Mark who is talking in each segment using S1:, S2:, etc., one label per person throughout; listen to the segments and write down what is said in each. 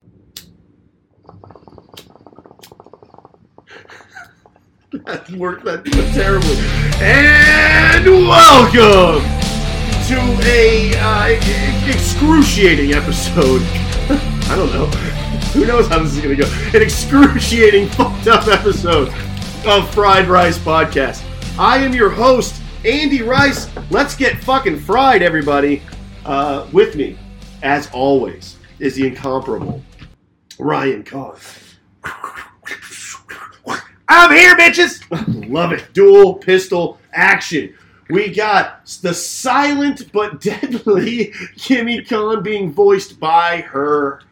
S1: That worked that terribly. And welcome to a uh, ex- excruciating episode. I don't know. Who knows how this is going to go? An excruciating, fucked up episode of Fried Rice Podcast. I am your host, Andy Rice. Let's get fucking fried, everybody. Uh, with me, as always, is the incomparable Ryan Carr. I'm here, bitches. Love it. Dual pistol action. We got the silent but deadly Kimmy Khan being voiced by her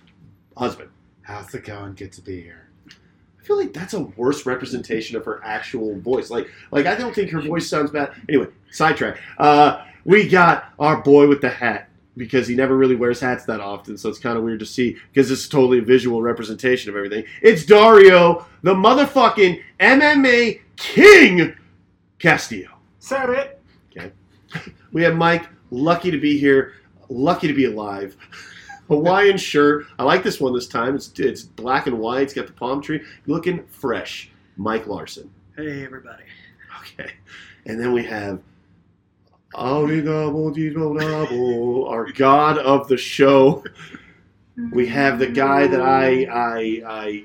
S1: husband.
S2: How's it going? Good to be here.
S1: I feel like that's a worse representation of her actual voice. Like, like I don't think her voice sounds bad. Anyway, sidetrack. Uh, we got our boy with the hat because he never really wears hats that often, so it's kind of weird to see because this is totally a visual representation of everything. It's Dario, the motherfucking MMA king, Castillo.
S2: Said it.
S1: We have Mike, lucky to be here, lucky to be alive. Hawaiian shirt. I like this one this time. It's, it's black and white. It's got the palm tree. Looking fresh. Mike Larson.
S3: Hey everybody!
S1: Okay. And then we have Audidabodidodabo, our god of the show. We have the guy that I I I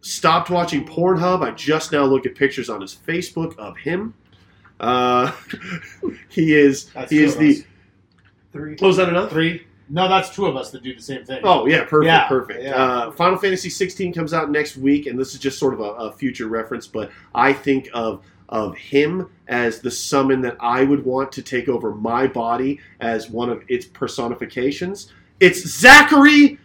S1: stopped watching Pornhub. I just now look at pictures on his Facebook of him. Uh, he is
S2: That's
S1: he
S2: two
S1: is
S2: of
S1: the
S2: us.
S3: Three.
S1: oh is that enough?
S2: Three. No, that's two of us that do the same thing.
S1: Oh yeah, perfect,
S2: Yeah,
S1: perfect.
S2: yeah.
S1: Uh, Final Fantasy 16 comes out next week, and this is just sort of a, a future reference, but I think of of him as the summon that I would want to take over my body as one of its personifications. It's Zachary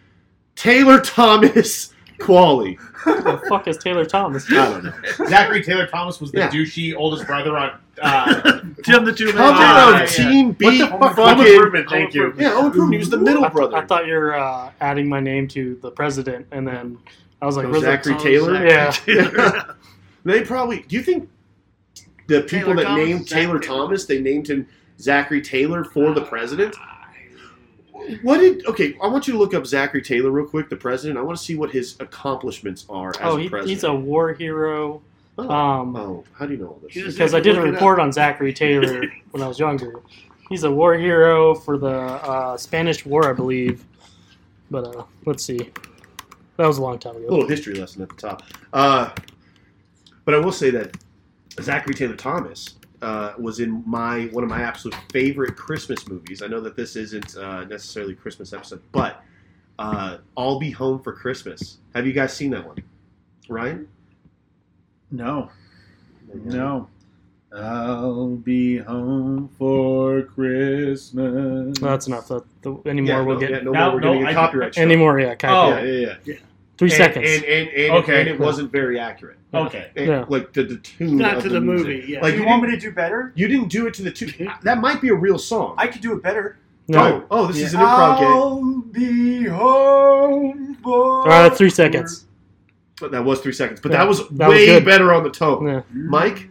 S1: Taylor Thomas Qualley.
S4: the fuck is Taylor Thomas?
S1: I don't know.
S2: Zachary Taylor Thomas was the
S1: Yeah.
S2: douchey oldest brother on. Uh,
S3: Jim the two
S1: Cover
S2: Ah,
S1: of
S2: yeah.
S1: Team B
S2: what the fuck? Home
S1: fucking.
S2: Improvement, Thank you.
S1: Yeah, Owen Pruden, he was the
S4: I,
S1: middle
S4: th-
S1: brother.
S4: I thought you were uh, adding my name to the president, and then I was like,
S1: So
S4: where's that-
S1: Zachary Taylor?
S4: Yeah.
S1: they probably. Do you think the people
S3: Taylor
S1: that
S3: Thomas,
S1: named
S3: Zach
S1: Taylor
S3: Taylor. Ah.
S1: Thomas, they named him Zachary Taylor for the president? What did? Okay, I want you to look up Zachary Taylor real quick, the president. I want to see what his accomplishments are as
S4: Oh,
S1: a
S4: he,
S1: president.
S4: he's a war hero.
S1: Oh.
S4: Um,
S1: oh, how do you know all
S3: He
S1: this?
S3: was-
S4: because I did a
S3: Look it
S4: report on Zachary Taylor when I was younger. He's a war hero for the uh, Spanish War, I believe. But uh, let's see. That was a long time
S1: A
S4: ago.
S1: little history lesson at the top. Uh, but I will say that Zachary Taylor Thomas uh, was in my one of my absolute favorite Christmas movies. I know that this isn't uh, necessarily a Christmas episode, but uh, "I'll Be Home for Christmas." Have you guys seen that one, Ryan?
S5: No, no. I'll be home for Christmas.
S4: No, that's enough. That, the, anymore
S1: Yeah,
S4: we'll
S1: no,
S4: get
S1: yeah, no
S2: Now-
S1: more. We're gonna
S2: no,
S1: get
S2: I-
S1: copyright. strike.
S4: anymore. Yeah, kind
S2: Oh.
S4: of,
S5: Yeah, yeah, yeah.
S4: three
S1: And-
S4: seconds.
S1: And, and, and,
S2: Okay.
S1: and it wasn't very accurate.
S2: Okay.
S1: And,
S4: Yeah.
S1: Like the, the tune.
S3: Not
S1: of
S3: to the
S1: music.
S3: movie. Yeah.
S1: Like
S6: you
S1: you,
S6: want
S1: didn't,
S6: me to do better?
S1: you didn't do it to the tune. That might be a real song.
S6: I could do it better.
S4: no.
S1: Oh, oh, this
S4: Yeah.
S1: is an improv game.
S6: be home for.
S4: Uh,
S1: oh,
S4: three seconds.
S1: But that was three seconds. But
S4: Yeah,
S1: that was
S4: that was
S1: way
S4: good.
S1: better on the tone.
S4: Yeah.
S1: Mike,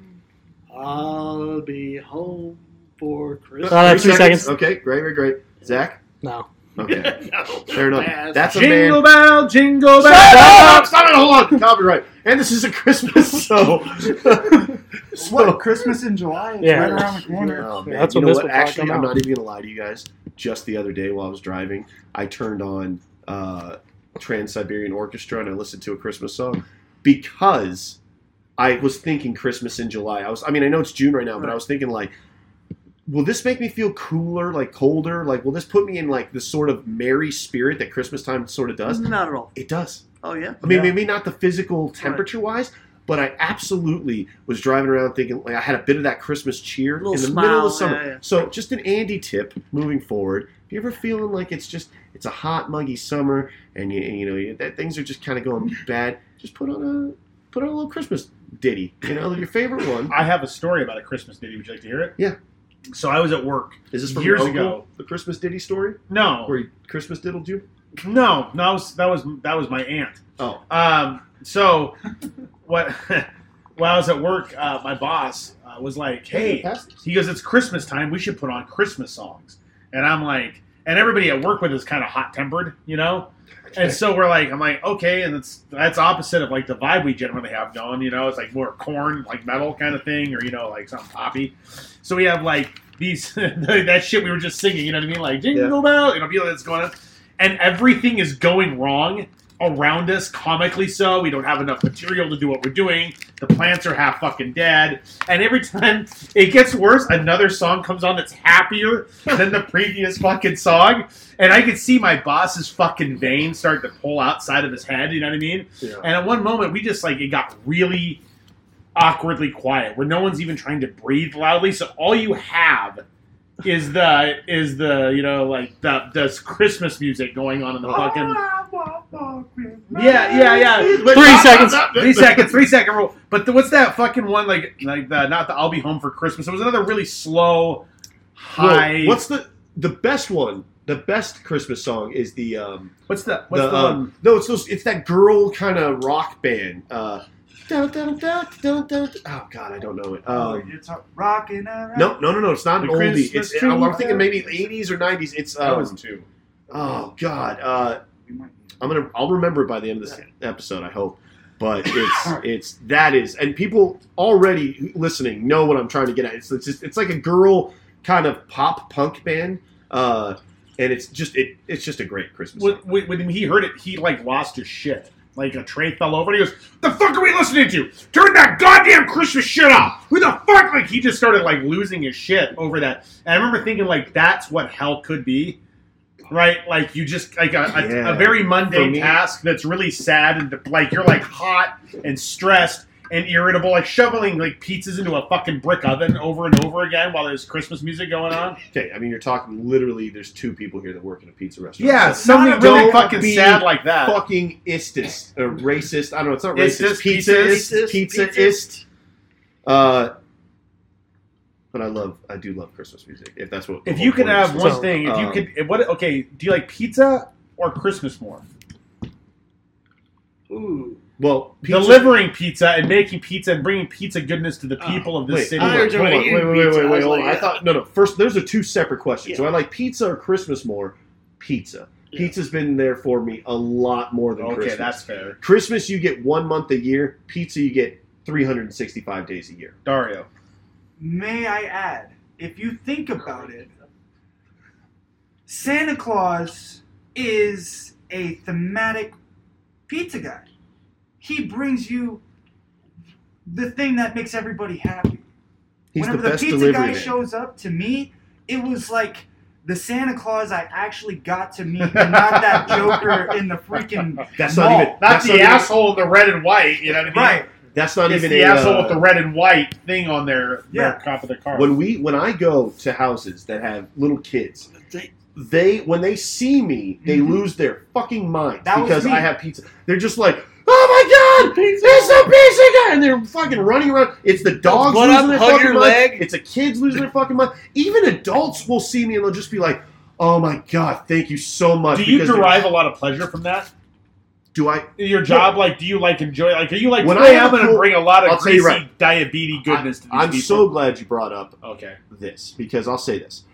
S3: I'll be home for Christmas.
S4: Uh, that's three seconds.
S1: Okay, great, great, great. Zach,
S4: No.
S1: okay, fair enough.
S3: Pass.
S1: That's a
S5: Jingle
S1: man.
S5: bell, jingle
S1: Shut
S5: bell.
S1: up! Stop it! Hold on. Copyright. And this is a Christmas show.
S6: What?
S1: so,
S6: Christmas in July? It's
S4: Yeah.
S6: right around the corner.
S1: Oh, man.
S4: That's
S1: you
S4: when
S1: know
S4: this
S1: what?
S4: will probably
S1: Actually,
S4: come
S1: I'm
S4: out.
S1: not even gonna lie to you guys. Just the other day, while I was driving, I turned on uh, Trans Siberian Orchestra and I listened to a Christmas song because I was thinking Christmas in July. I was, I mean, I know it's June right now, but I was thinking like, will this make me feel cooler, like colder? Like, will this put me in like this sort of merry spirit that Christmas time sort of
S4: Mm-hmm.
S1: does?
S3: Not at all.
S1: It does.
S3: Oh yeah.
S1: I mean,
S5: Yeah.
S1: maybe not the physical temperature wise, but I absolutely was driving around thinking like I had a bit of that Christmas cheer in
S3: Little
S1: the
S3: smile,
S1: middle of summer.
S3: yeah, yeah.
S1: So, just an Andy tip moving forward. If you're ever feeling like it's just it's a hot, muggy summer, and you you know you, that things are just kind of going bad, just put on a put on a little Christmas ditty, you know, your favorite one.
S2: I have a story about a Christmas ditty. Would you like to hear it?
S1: Yeah.
S2: So I was at work.
S1: Is this from
S2: Years
S1: your uncle,
S2: ago.
S1: the Christmas ditty story
S2: No,
S1: where he Christmas diddled you?
S2: no, no. That was that was that was my aunt.
S1: Oh,
S2: Um, so what? While I was at work, uh, my boss uh, was like, "Hey, he goes, it's Christmas time. We should put on Christmas songs." And I'm like, and everybody at work with is kind of hot tempered, you know. And so we're like, I'm like, okay, and it's that's opposite of like the vibe we generally have going. You know, it's like more corn, like metal kind of thing, or you know, like something poppy. So we have like these that shit we were just singing. You know what I mean? Like jingle bell, you know, people that's going on, and everything is going wrong around us comically so we don't have enough material to do what we're doing the plants are half fucking dead and every time it gets worse another song comes on that's happier than the previous fucking song and I could see my boss's fucking veins start to pull outside of his head. You know what I mean?
S1: Yeah.
S2: And at one moment, we just like it got really awkwardly quiet, where no one's even trying to breathe loudly. So all you have is the is the you know like the the Christmas music going on in the fucking. Yeah, yeah, yeah.
S1: Wait,
S4: seconds.
S2: Three seconds, three second rule. But the, what's that fucking one like? Like the not the I'll be home for Christmas. It was another really slow, high.
S1: Whoa, what's the the best one? The best Christmas song is the um
S2: what's the what's the,
S1: the, um,
S2: um,
S1: no it's those it's that girl kind of rock band. Uh, dun, dun, dun, dun, dun, dun. Oh God, I don't know it.
S6: Oh,
S1: Um,
S6: you're talk- rocking around.
S1: no, no, no, no. It's not an
S2: The
S1: oldie.
S2: Christmas
S1: It's
S2: tree
S1: I'm, I'm thinking
S6: there.
S1: maybe 80s or 90s. It's
S2: that was
S1: um,
S2: two.
S1: oh God. Uh,
S6: We might need-
S1: I'm gonna I'll remember it by the end of this episode, I hope. But it's it's that is and people already listening know what I'm trying to get at. It's it's, just, it's like a girl kind of pop punk band. Uh and it's just it it's just a great Christmas.
S2: when,
S1: song.
S2: when when he heard it, he like lost his shit. Like a tray fell over, and he goes, "The fuck are we listening to? Turn that goddamn Christmas shit off! Who the fuck?" Like he just started like losing his shit over that. And I remember thinking like, that's what hell could be, right? Like you just like a, a,
S1: Yeah.
S2: a very
S1: For
S2: mundane
S1: me-
S2: task that's really sad and like you're like hot and stressed and irritable, like shoveling like pizzas into a fucking brick oven over and over again while there's Christmas music going on.
S1: Okay, I mean you're talking literally there's two people here that work in a pizza restaurant.
S2: Yeah,
S1: So
S2: something
S1: not
S2: really
S1: don't
S2: fucking
S1: be
S2: sad like that.
S1: fucking istist or racist. I don't know, it's not
S2: Istist,
S1: racist. Pizzaist,
S3: pizzaist,
S1: pizzaist. Uh but I love I do love Christmas music. If that's what the
S2: If
S1: whole
S2: you could
S1: point is.
S2: have one
S4: So,
S2: thing, if you
S1: um,
S2: could, if what? Okay, do you like pizza or Christmas more?
S3: Ooh.
S1: well
S2: Delivering pizza and making pizza and bringing pizza goodness to the
S3: Oh,
S2: people of this
S1: Wait,
S2: city.
S1: hold on,
S3: I heard you
S1: hold
S3: were
S1: on,
S3: eating
S1: wait, wait, wait,
S3: pizza.
S1: wait,
S3: I
S1: wait,
S3: was
S1: hold on.
S3: like,
S1: I
S3: yeah.
S1: thought no, no. First, those are two separate questions. Do
S3: Yeah.
S1: I like pizza or Christmas more? Pizza.
S3: Yeah.
S1: Pizza's been there for me a lot more than
S2: okay,
S1: Christmas.
S2: that's fair.
S1: Christmas you get one month a year. Pizza you get 365 days a year.
S2: Dario,
S6: May I add, if you think about it, Santa Claus is a thematic pizza guy. He brings you the thing that makes everybody happy.
S1: He's
S6: Whenever
S1: the
S6: the,
S1: best
S6: pizza
S1: delivery
S6: guy
S1: man.
S6: shows up to me, it was like the Santa Claus I actually got to meet, and not that Joker in the freaking
S1: that's
S6: No,
S1: not even
S2: not
S1: that's not
S2: Oh, the
S1: even-
S2: asshole in the red and white. You know what I mean?
S6: right.
S1: That's not
S2: It's
S1: even
S2: the
S1: a,
S2: asshole
S1: uh,
S2: with the red and white thing on their,
S6: Yeah.
S2: their top of their car.
S1: when we when I go to houses that have little kids, they when they see me, they
S6: Mhm.
S1: lose their fucking mind
S6: That was
S1: because
S6: me.
S1: I have pizza. They're just like, oh my god, it's a pizza guy, and they're fucking running around. It's the dogs
S3: blood
S1: losing
S3: up,
S1: their
S3: hug
S1: fucking
S3: your
S1: mind.
S3: leg.
S1: It's the kids losing their fucking mind. Even adults will see me and they'll just be like, oh my god, thank you so much.
S2: do you
S1: because they're-
S2: derive a lot of pleasure from that?
S1: Do I?
S2: Your job, like, do you like enjoy? Like, are you like?
S1: When
S2: When
S1: I
S2: I
S1: have
S2: am going to
S1: cool-
S2: bring a lot of
S1: I'll tell you
S2: crazy
S1: right.
S2: diabetes goodness to these
S1: I'm
S2: people.
S1: so glad you brought up
S2: okay.
S1: this because I'll say this: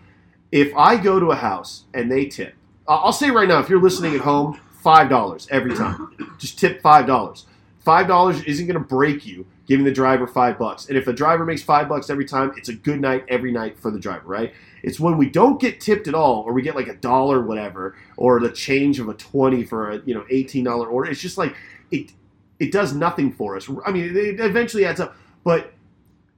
S1: if I go to a house and they tip, I- I'll say right now, if you're listening at home, five dollars every time. Just tip five dollars. Five dollars isn't going to break you giving the driver five bucks. And if the driver makes five bucks every time, it's a good night every night for the driver, right? It's when we don't get tipped at all, or we get like a dollar, whatever, or the change of a twenty for a you know eighteen dollar order. It's just like it. It does nothing for us. I mean, it eventually adds up. But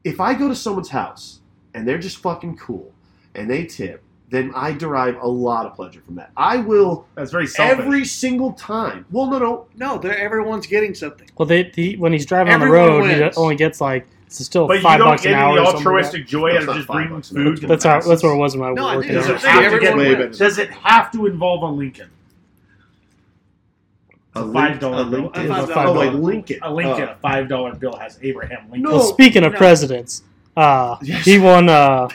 S1: if I go to someone's house and they're just fucking cool and they tip, then I derive a lot of pleasure from that. I will
S2: That's very selfish.
S1: every single time. Well, no, no,
S3: No, they're, everyone's getting something.
S4: Well, they, he, when he's driving
S3: Everyone
S4: on the road,
S3: wins.
S4: he only gets like it's still
S2: But
S4: five
S2: you don't
S4: bucks an
S2: get
S4: hour.
S2: any
S4: or something like
S2: altruistic joy out
S1: That's
S2: of
S1: not
S2: just
S1: five
S2: bringing
S1: bucks,
S2: food.
S1: that's
S2: to
S4: that.
S2: the
S4: That's how.
S2: masses.
S4: That's where it was when I was
S3: No, I
S4: working.
S3: think
S2: Does
S3: it's
S2: it
S4: out.
S3: a thing.
S2: have to
S3: Everyone
S2: get
S1: wins.
S2: wins? Does it have to involve a Lincoln? It's a
S1: Link-
S2: five dollar
S1: a
S2: bill.
S1: Lincoln.
S3: A
S1: Oh,
S3: $5
S1: like Lincoln.
S2: A Lincoln,
S1: Uh,
S2: a five dollar bill has Abraham Lincoln.
S1: No.
S4: Well, speaking of
S3: No.
S4: presidents, uh,
S1: Yes.
S4: he won uh,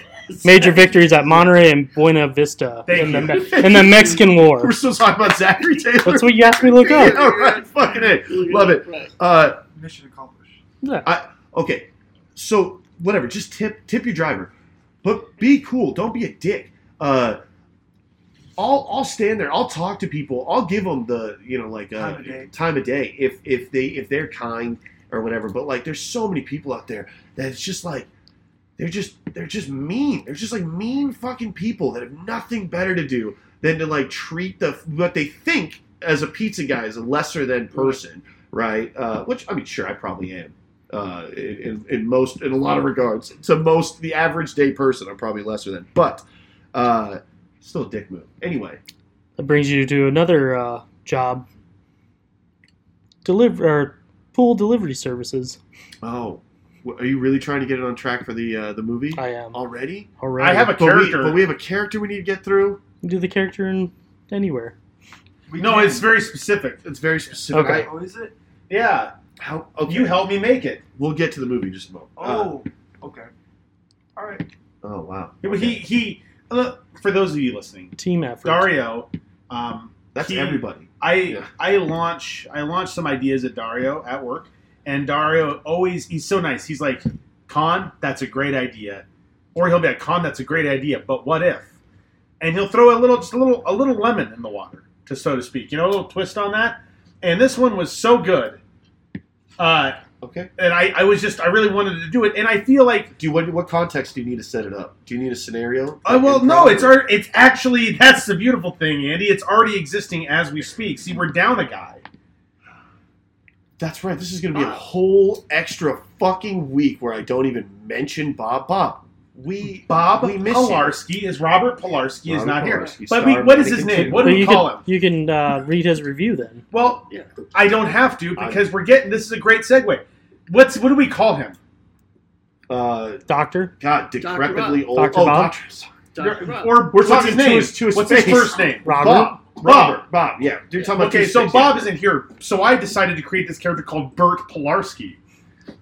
S4: major victories at Monterey and Buena Vista
S2: Thank
S4: in the,
S2: you.
S4: Me- in the Mexican War.
S1: we're still talking about Zachary Taylor.
S4: That's what you asked me to look
S1: yeah,
S4: up.
S1: all right, fucking it. Love it.
S3: Right.
S1: Uh,
S6: Mission accomplished.
S1: okay, so whatever, just tip tip your driver, but be cool. Don't be a dick. Uh, I'll I'll stand there. I'll talk to people. I'll give them the you know like uh,
S6: Time of day.
S1: time of day if if they if they're kind or whatever. But like, there's so many people out there that it's just like they're just they're just mean. They're just like mean fucking people that have nothing better to do than to like treat the what they think as a pizza guy as a lesser than person, right? Uh, which I mean, sure, I probably am. Uh, in, in- in most, in a lot of regards, to most the average day person, I'm probably lesser than, but uh, still a dick move. Anyway,
S4: That brings you to another uh, job. Deliver or pool delivery services.
S1: oh, w- are you really trying to get it on track for the uh, the movie
S4: I am
S1: already?
S4: already.
S2: Oh, I have a
S1: But we,
S2: character.
S1: but we have a character we need to get through.
S4: do the character in anywhere.
S6: We
S2: no,
S6: can-
S2: it's very specific.
S1: It's very specific.
S4: Okay.
S1: I-
S6: Oh, is it?
S2: Yeah,
S1: how, okay.
S2: you help me make it.
S1: We'll get to the movie in just a moment. Uh,
S6: Oh, okay. All right.
S1: oh wow.
S2: He
S1: Okay.
S2: he. Uh, for those of you listening,
S4: Team effort.
S2: Dario. Um,
S1: That's
S2: he-
S1: everybody.
S2: I
S1: Yeah.
S2: I launch I launch some ideas at Dario at work, and Dario always he's so nice. He's like, "Con, that's a great idea," or he'll be like, "Con, that's a great idea, but what if?" And he'll throw a little just a little a little lemon in the water, to so to speak, you know, a little twist on that. And this one was so good, uh,
S1: Okay.
S2: and I I was just I really wanted to do it, and I feel like
S1: Do you what? What context do you need to set it up? Do you need a scenario?
S2: Uh, well,
S1: Improv?
S2: no, it's our, it's actually that's the beautiful thing, Andy. It's already existing as we speak. See, we're down a guy.
S1: That's right. This is going to be a
S6: Bob.
S1: whole extra fucking week where I don't even mention Bob. Bob, we
S2: Bob
S1: we miss you.
S2: Polarski is Robert Polarski is
S1: Robert
S2: not here.
S1: Polarski,
S2: But we,
S1: star of
S2: what is his
S1: Paddington
S2: name?
S1: Two.
S2: What do
S4: But
S2: we
S4: you
S2: call
S4: can,
S2: him?
S4: You can uh, read his review then.
S2: Well,
S1: Yeah.
S2: I don't have to because we're getting this is a great segue. What's what do we call him?
S1: Uh,
S4: Doctor.
S1: God,
S3: Dr.
S1: decrepitly old.
S4: Dr.
S1: Oh,
S4: Bob?
S1: Dr. sorry.
S3: Dr. Rob.
S2: Or
S1: We're
S2: what's
S1: talking
S2: his
S1: to
S2: name?
S1: his- to his
S2: what's his
S1: face.
S2: first name?
S4: Robert.
S1: Bob.
S2: Robert.
S1: Robert. Bob. Yeah. You're talking about
S2: Okay,
S1: two
S2: so
S1: six,
S2: Bob
S1: yeah.
S2: isn't here, so I decided to create this character called Bert Polarski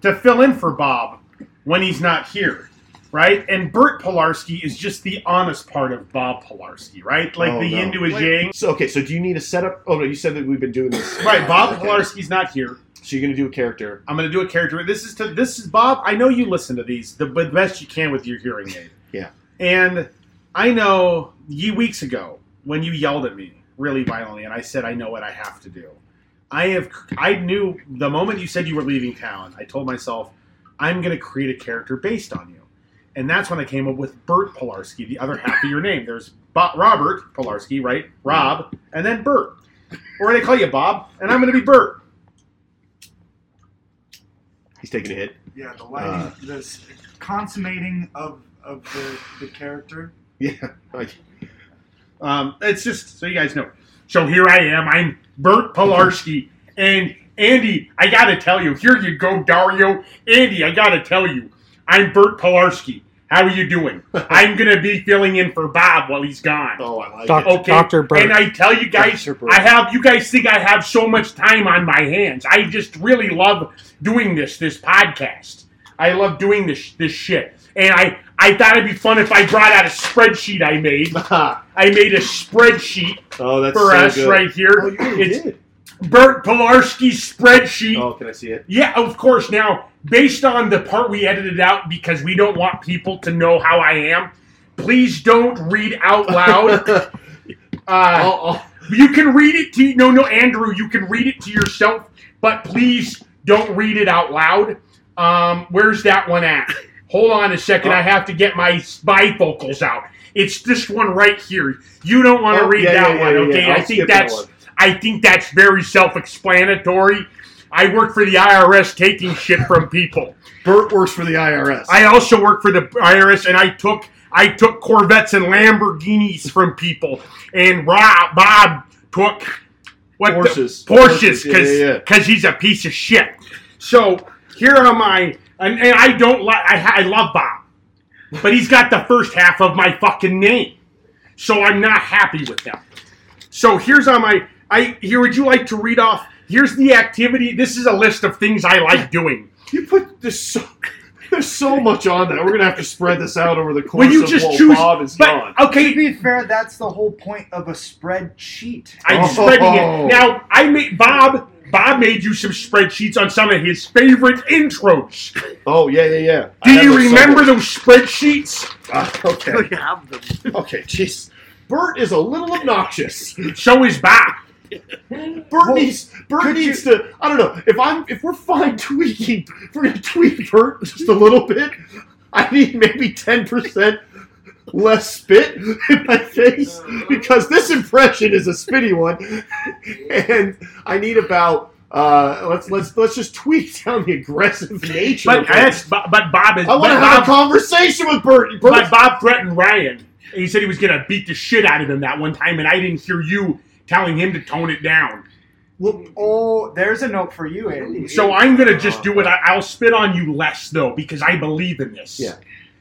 S2: to fill in for Bob when he's not here, right? And Bert Polarski is just the honest part of Bob Polarski, right? Like
S1: Oh,
S2: the
S1: no.
S2: yin to his yang.
S1: So okay, so do you need a setup? Oh no, you said that we've been doing this.
S2: Right, Bob
S1: Okay.
S2: Polarski's not here.
S1: So you're gonna do a character.
S2: I'm gonna do a character. This is to this is Bob. I know you listen to these the, the best you can with your hearing aid.
S1: Yeah.
S2: And I know ye weeks ago when you yelled at me really violently, and I said I know what I have to do. I have I knew the moment you said you were leaving town. I told myself I'm gonna create a character based on you, and that's when I came up with Bert Polarski, the other half of your name. There's Bo- Robert Polarski, right? Rob, and then Bert. Or they call you Bob, and I'm gonna be Bert.
S1: He's taking a hit.
S6: Yeah, the lighting,
S1: Uh.
S6: the s- consummating of of the, the character.
S1: Yeah. Like,
S2: Um, it's just so you guys know. So here I am. I'm Bert Polarski, and Andy, I gotta tell you. Here you go, Dario. Andy, I gotta tell you. I'm Bert Polarski. How are you doing? I'm gonna be filling in for Bob while he's gone.
S1: oh, I like
S4: Doc-
S1: it.
S2: Okay,
S4: Dr. Bert.
S2: And I tell you guys,
S1: Dr. Bert.
S2: I have. You guys think I have so much time on my hands? I just really love doing this. This podcast. I love doing this this shit. And I I thought it'd be fun if I brought out a spreadsheet I made. I made a spreadsheet
S1: oh, that's
S2: for
S1: so
S2: us
S1: good.
S2: right here.
S1: Oh, you really
S2: it's
S1: did.
S2: Bert Polarski's spreadsheet.
S1: Oh, can I see it?
S2: Yeah, of course. Now, based on the part we edited out because we don't want people to know how I am, please don't read out loud.
S1: oh,
S2: Uh,
S1: oh.
S2: you can read it to no, no, Andrew. You can read it to yourself, but please don't read it out loud. Um, where's that one at? Hold on a second.
S1: Uh,
S2: I have to get my bifocals out. It's this one right here. You don't want to
S1: Oh,
S2: read
S1: yeah,
S2: that
S1: yeah,
S2: one,
S1: yeah, yeah,
S2: okay?
S1: I'll
S2: I think
S1: skip that
S2: that's
S1: one.
S2: I think that's very self-explanatory. I work for the IRS taking shit from people.
S1: Bert works for the IRS.
S2: I also work for the IRS, and I took I took Corvettes and Lamborghinis from people, and Rob, Bob took what the-
S1: Horses.
S2: Porsches
S1: Yeah, yeah,
S2: because
S1: yeah.
S2: he's a piece of shit. So here are my and, and I don't like I, ha- I love Bob, but he's got the first half of my fucking name, so I'm not happy with that. So here's on my I here. Would you like to read off? Here's the activity. This is a list of things I like doing.
S1: You put there's so there's so much on that. We're gonna have to spread this out over the course
S2: Will you
S1: of
S2: just
S1: while
S2: choose?
S1: Bob is gone.
S2: but okay,
S6: To be fair, that's the whole point of a spreadsheet.
S2: I'm
S1: Oh.
S2: spreading it now. I made Bob. Bob made you some spreadsheets on some of his favorite intros.
S1: Oh yeah, yeah, yeah. I
S2: Do
S1: have
S2: you
S1: those
S2: remember
S1: somewhere.
S2: those spreadsheets?
S1: Ah, okay,
S3: have them.
S1: okay, jeez. Bert is a little obnoxious.
S2: Show his back.
S1: Bert needs Bert
S6: could
S1: needs to. I don't know if I'm if we're fine tweaking. If we're gonna tweak Bert just a little bit. I need maybe ten percent less spit in my face because this impression is a spitty one, and I need about. Uh, let's let's let's just tweak down the aggressive nature.
S2: But
S1: of Bert.
S2: that's, but but Bob is.
S1: I want
S2: but
S1: to have a
S2: Bob,
S1: conversation with Bert. Bert
S2: but Bob threatened Ryan. He said he was gonna beat the shit out of him that one time, and I didn't hear you telling him to tone it down.
S6: Well, oh, there's a note for you, Andy.
S2: So I'm gonna just do it. I, I'll spit on you less though, because I believe in this.
S1: Yeah.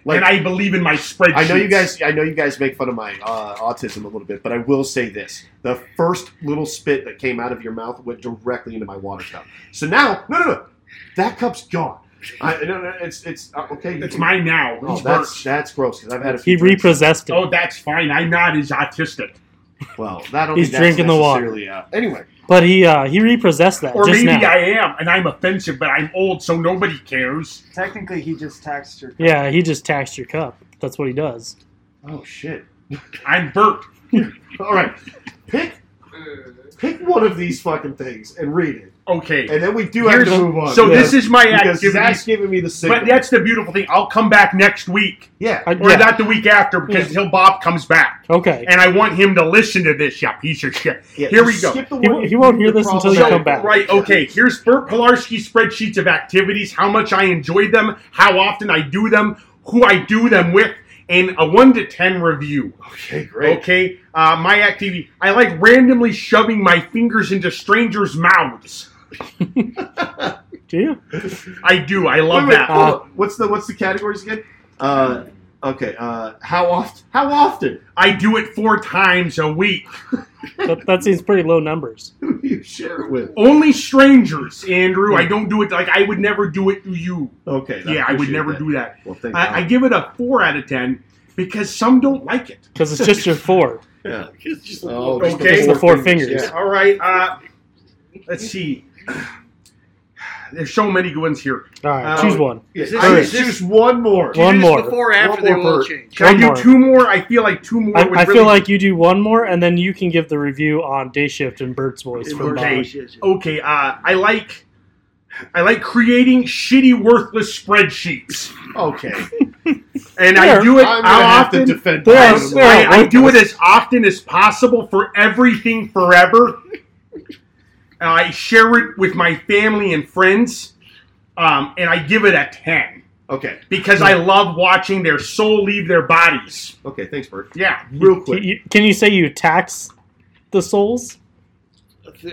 S1: Like-
S2: and I believe in my spreadsheet.
S1: I know you guys. I know you guys make fun of my uh, autism a little bit, but I will say this: the first little spit that came out of your mouth went directly into my water cup. So now, no, no, no, that cup's gone. I, no, no, it's it's uh, okay.
S2: It's mine now.
S1: Oh,
S2: It's
S1: that's
S2: Bert.
S1: that's gross because I've had a
S4: He
S1: few. drinks.
S4: repossessed it.
S2: Oh, that's fine. I'm not as autistic.
S1: Well, that
S4: He's drinking the water.
S1: Uh, anyway,
S4: But he uh, he repossessed that
S2: Or
S4: just
S2: maybe
S4: now.
S2: I am, and I'm offensive, but I'm old, so nobody cares.
S6: Technically, he just taxed your.
S4: Yeah, he just taxed your cup. That's what he does.
S1: oh shit.
S2: I'm Bert.
S1: All right, pick pick one of these fucking things and read it,
S2: Okay.
S1: and then we do have
S2: Here's-
S1: to move on.
S2: so
S1: Yeah.
S2: this is my
S1: because Zach's
S2: activities.
S1: giving me the signal.
S2: But that's the beautiful thing. I'll come back next week,
S1: yeah.
S4: I,
S2: or
S4: yeah.
S2: not the week after, because till Bob comes back,
S4: okay.
S2: and I want him to listen to this. Yeah, piece of shit.
S1: Yeah,
S2: Here
S1: you
S2: we go.
S1: skip the
S4: He
S1: one
S4: won't-
S1: you
S4: he won't
S1: read
S4: hear
S1: the
S4: this until you
S1: problem.
S4: come back.
S2: Right, okay. Here's Bert Pilarski's spreadsheets of activities, how much I enjoyed them, how often I do them, who I do them with, and a 1 to 10 review.
S1: Okay, great.
S2: Okay? Uh, my activity. I like randomly shoving my fingers into strangers' mouths.
S4: Do you?
S2: I do. I
S1: Wait,
S2: love
S1: wait,
S2: that.
S1: hold on. what's the what's the categories again? Uh, okay. Uh, how often? How often?
S2: I do it four times a week.
S4: That, that seems pretty low numbers.
S1: Who do you share it with?
S2: Only strangers, Andrew.
S4: Hmm.
S2: I don't do it like I would never do it to you.
S1: Okay.
S2: yeah, I would never do that.
S1: Well, thank
S2: I, I give it a four out of ten because some don't like it.
S4: Because it's just your four.
S1: God.
S5: It's just
S1: Yeah.
S5: like-
S1: Oh,
S2: Just the
S1: okay.
S4: four fingers.
S1: Yeah.
S2: All right. Uh, let's see. There's so many good ones here.
S4: All right,
S2: Uh,
S4: choose one.
S1: Yes,
S3: All
S1: I
S4: right.
S1: just choose one more.
S3: Do you
S4: One
S3: do this
S4: more.
S3: Before or after
S1: One
S3: the
S1: more
S3: oil
S1: Bert.
S3: change.
S2: Can
S4: One
S2: I
S4: more.
S2: do two more? I feel like two more
S4: I,
S2: would
S4: I
S2: really
S4: feel like you do one more, and then you can give the review on day shift in Bert's voice.
S2: In
S4: From
S2: Bert's
S4: Bob.
S2: voice. okay. Uh, I like. I like creating shitty, worthless spreadsheets,
S1: Okay.
S2: and I
S4: There.
S2: do it
S1: I'm
S2: how
S1: gonna have to
S2: often.
S1: defend.
S4: There,
S1: Biden.
S4: there.
S2: I, I do it
S4: worthless.
S2: as often as possible for everything forever. I share it with my family and friends, um, and I give it a ten.
S1: Okay.
S2: because I love watching their soul leave their bodies.
S1: Okay. Thanks, Bert.
S2: Yeah.
S1: Real
S4: Can
S1: quick.
S4: you, can you say you tax the souls?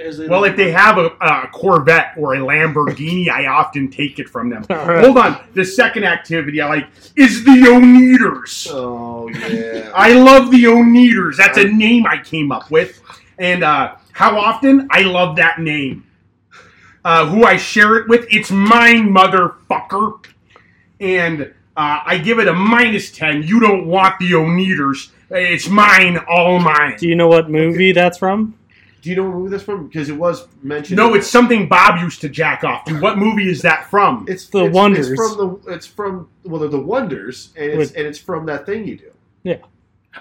S5: As in-
S2: Well, if they have a, a Corvette or a Lamborghini, I often take it from them.
S4: All right.
S2: Hold on. The second activity I like is the Oneaters.
S1: Oh yeah.
S2: I love the Oneaters. That's a name I came up with. And uh, how often? I love that name. Uh, who I share it with? It's mine, motherfucker. And uh, I give it a minus 10. You don't want the Oneaters. It's mine, all mine.
S4: Do you know what movie that's from?
S1: do you know who this from? Because it was mentioned.
S2: No, it's something Bob used to jack off to. What movie is that from?
S1: It's
S4: The
S1: it's,
S4: Wonders.
S1: It's from the. It's from well, they're the wonders, and it's
S4: With-
S1: and it's from that thing you do.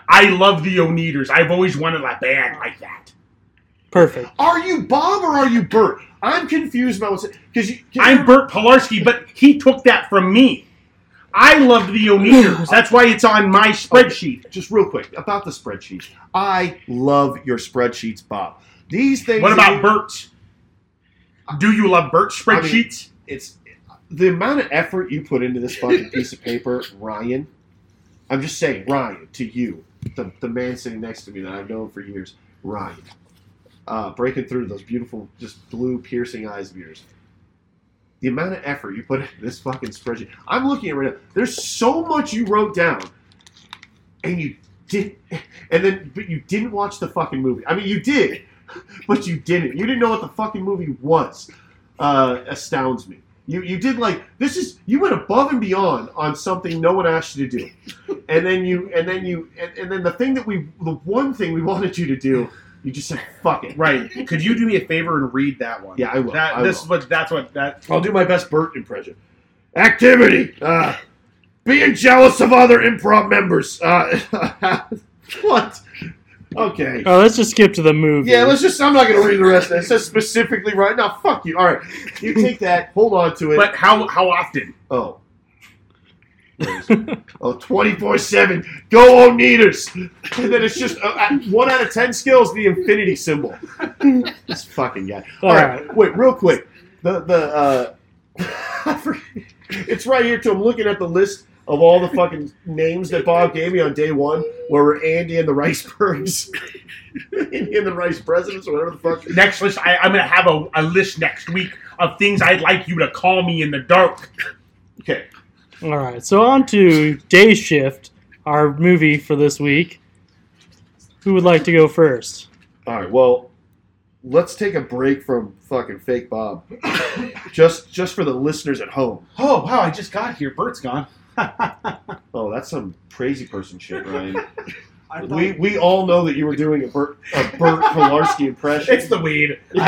S2: I love the Oneaters. I've always wanted a band like that.
S4: Perfect.
S1: Are you Bob or are you Bert? I'm confused about what's because you.
S2: I'm Bert Polarski, but he took that from me. I loved the Oneaters. That's why it's on my spreadsheet.
S1: just real quick about the spreadsheets. I love your spreadsheets, Bob. These things.
S2: What
S1: that
S2: about
S1: you-
S2: Bert's? Do you love Bert's
S1: I mean-
S2: spreadsheets?
S1: It's the amount of effort you put into this fucking piece of paper, Ryan. I'm just saying, Ryan, to you, the, the man sitting next to me that I've known for years, Ryan, uh, breaking through those beautiful, just blue, piercing eyes of yours. The amount of effort you put into this fucking spreadsheet. I'm looking at it right now. There's so much you wrote down, and you did, and then but you didn't watch the fucking movie. I mean, you did, but you didn't. You didn't know what the fucking movie was. Uh, astounds me. You you did like this is you went above and beyond on something no one asked you to do, and then you and then you and, and then the thing that we the one thing we wanted you to do, you just said fuck it.
S2: Right. Could you do me a favor and read that one?
S1: Yeah, I will.
S2: That,
S1: I
S2: this
S1: will.
S2: is what. That's what. That.
S1: I'll do my best Bert impression. Activity. Uh, being jealous of other improv members. Uh, what? Okay.
S4: Oh, let's just skip to the movie.
S1: Yeah, let's just. I'm not going to read the rest of that. It says specifically right now. Fuck you. All right. You take that, hold on to it.
S2: But how how often?
S1: Oh. oh, 24 7. Go on meters. And then it's just uh, uh, one out of 10 skills, the infinity symbol. this fucking guy. All right. Wait, real quick. The, the, uh, I forget- it's right here, too. I'm looking at the list of all the fucking names that Bob gave me on day one, where we're Andy and the Ricebergs. Andy and the Rice Presidents, or whatever the fuck.
S2: Next list, I, I'm gonna have a, a list next week of things I'd like you to call me in the dark.
S1: Okay.
S4: All right, so on to Day Shift, our movie for this week. Who would like to go first?
S1: All right. Well, let's take a break from fucking fake Bob, just just for the listeners at home.
S2: Oh wow! I just got here. Bert's gone.
S1: Oh, that's some crazy person shit, Ryan.
S6: I thought,
S1: we we all know that you were doing a Bert a Bert Kolarski impression.
S2: It's the weed.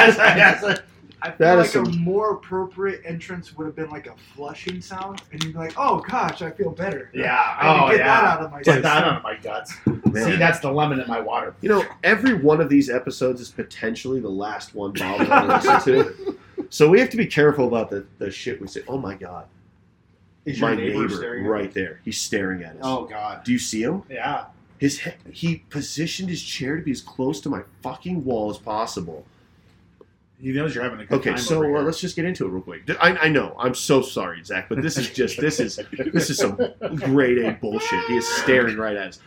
S6: I feel
S1: that
S6: like
S1: is
S6: a more appropriate entrance would have been like a flushing sound, and you'd be like, "Oh gosh, I feel better."
S2: yeah.
S6: I had
S2: Oh
S6: to get that
S2: yeah.
S6: out of my
S2: Get that
S6: system.
S2: out of my guts.
S1: Man.
S2: See, that's the lemon in my water.
S1: You know, every one of these episodes is potentially the last one Bob will ever listen to. So we have to be careful about the, the shit we say. Oh my god,
S2: Is your
S1: my
S2: neighbor,
S1: neighbor,
S2: staring?
S1: right there. He's staring at us.
S2: Oh god.
S1: Do you see him?
S2: Yeah.
S1: His he- he positioned his chair to be as close to my fucking wall as possible.
S2: He knows you're having a good time.
S1: Okay, so
S2: over
S1: uh,
S2: here.
S1: let's just get into it real quick. Th- I, I know I'm so sorry, Zach, but this is just this is this is some grade A bullshit. He is staring right at us.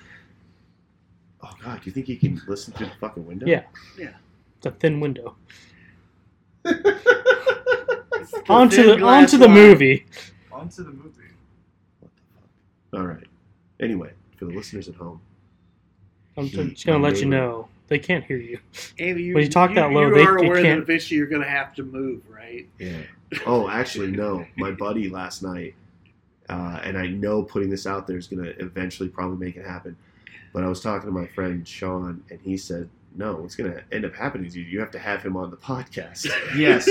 S1: Oh God, do you think he can listen through the fucking window?
S4: Yeah. The thin window. on to the, on to the movie.
S6: On to the movie.
S1: All right. Anyway, for the listeners at home,
S4: I'm
S1: Shoot,
S4: just gonna
S1: my
S4: let you
S1: neighbor.
S4: know they can't hear you.
S3: Andy, you,
S4: When you talk that low,
S3: you
S4: they-
S3: are
S4: they
S3: aware
S4: can't-
S3: that eventually you're going to have to move, right?
S1: yeah. Oh, actually, no. My buddy last night, uh, and I know putting this out there is gonna eventually probably make it happen. But I was talking to my friend Sean, and he said, "No, what's gonna end up happening is you you have to have him on the podcast."
S2: yes.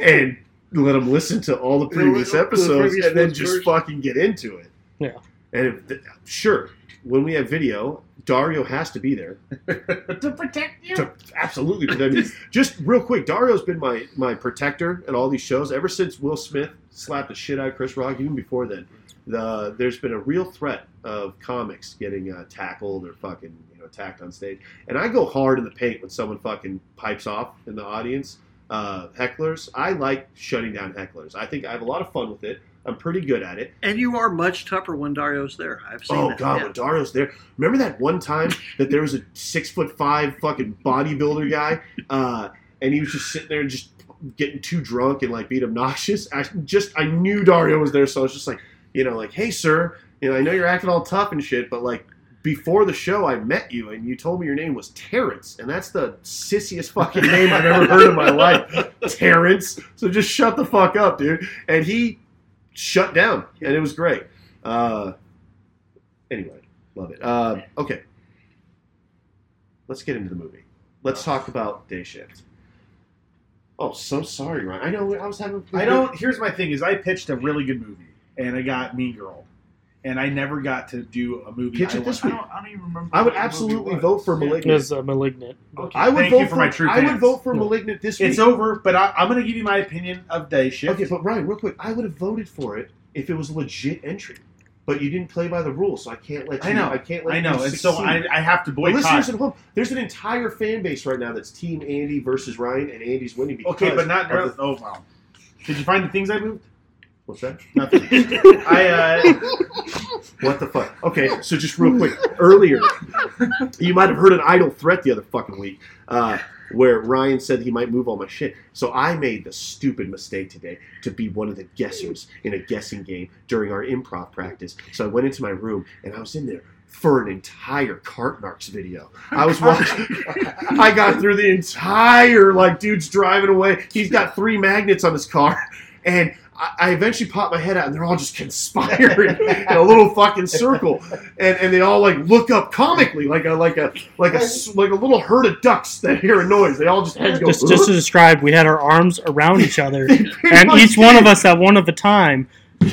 S1: and let them listen to all the previous
S3: The- the
S1: episodes
S3: previous
S1: and then
S3: ones
S1: just
S3: first.
S1: fucking get into it.
S4: Yeah.
S1: And if th- sure, when we have video, Dario has to be there.
S2: to protect you.
S1: To, absolutely. But I mean, just real quick, Dario's been my, my protector at all these shows ever since Will Smith slapped the shit out of Chris Rock. Even before then, the, there's been a real threat of comics getting uh, tackled or fucking you know attacked on stage. And I go hard in the paint when someone fucking pipes off in the audience. Uh, hecklers, I like shutting down hecklers. I think I have a lot of fun with it. I'm pretty good at it.
S3: And you are much tougher when Dario's there. I've seen
S1: Oh
S3: that.
S1: god,
S3: yeah.
S1: when Dario's there. Remember that one time that there was a six foot five fucking bodybuilder guy, uh, and he was just sitting there and just getting too drunk and like being obnoxious. I just I knew Dario was there, so I was just like, you know, like, hey sir, you know, I know you're acting all tough and shit, but like before the show I met you and you told me your name was Terrence, and that's the sissiest fucking name I've ever heard in my life. Terrence. So just shut the fuck up, dude. And he shut down, and it was great. Uh, anyway, love it. Uh, okay, let's get into the movie. Let's talk about Day Shift. Oh, so sorry, Ryan. I know I was having.
S2: I don't. Here's my thing: is I pitched a really good movie, and I got Mean Girl, and I never got to do a movie.
S1: Pitch
S2: I
S1: it this
S6: I
S2: want-
S6: don't, I don't even remember.
S1: I would
S6: what the movie
S1: absolutely
S6: was.
S1: vote for
S6: Yeah.
S1: Malignant.
S4: It was uh, malignant.
S6: Okay.
S1: I would
S2: Thank
S1: vote
S2: you for my true
S1: I would
S2: fans.
S1: vote for
S4: No.
S1: Malignant this week.
S2: It's over, but I, I'm going to give you my opinion of Day Shift.
S1: Okay, but Ryan, real quick, I would have voted for it if it was a legit entry, but you didn't play by the rules, so I can't let.
S2: I
S1: you-
S2: know.
S1: I can't let.
S2: I know,
S1: you
S2: and so
S1: succeed.
S2: I, I have to
S1: The listeners
S2: boycott.
S1: at home, there's an entire fan base right now that's Team Andy versus Ryan, and Andy's winning because.
S2: Okay, but not.
S1: of the-
S2: oh wow! Did you find the things I moved?
S1: what's that?
S2: Nothing. I uh,
S1: What the fuck? Okay, so just real quick, earlier, you might have heard an idle threat the other fucking week, uh, where Ryan said he might move all my shit. So I made the stupid mistake today to be one of the guessers in a guessing game during our improv practice. So I went into my room and I was in there for an entire Cart Narks video. I was watching. I got through the entire like dude's driving away. He's got three magnets on his car, and I, I eventually popped my head out, and they're all just conspiring in a little fucking circle, and and they all like look up comically, like a like a like a s- like a little herd of ducks that hear a noise. They all just heads go.
S4: Just, just to describe, we had our arms around each other,
S1: They pretty
S4: and
S1: much
S4: each one
S1: did.
S4: of us at one of a time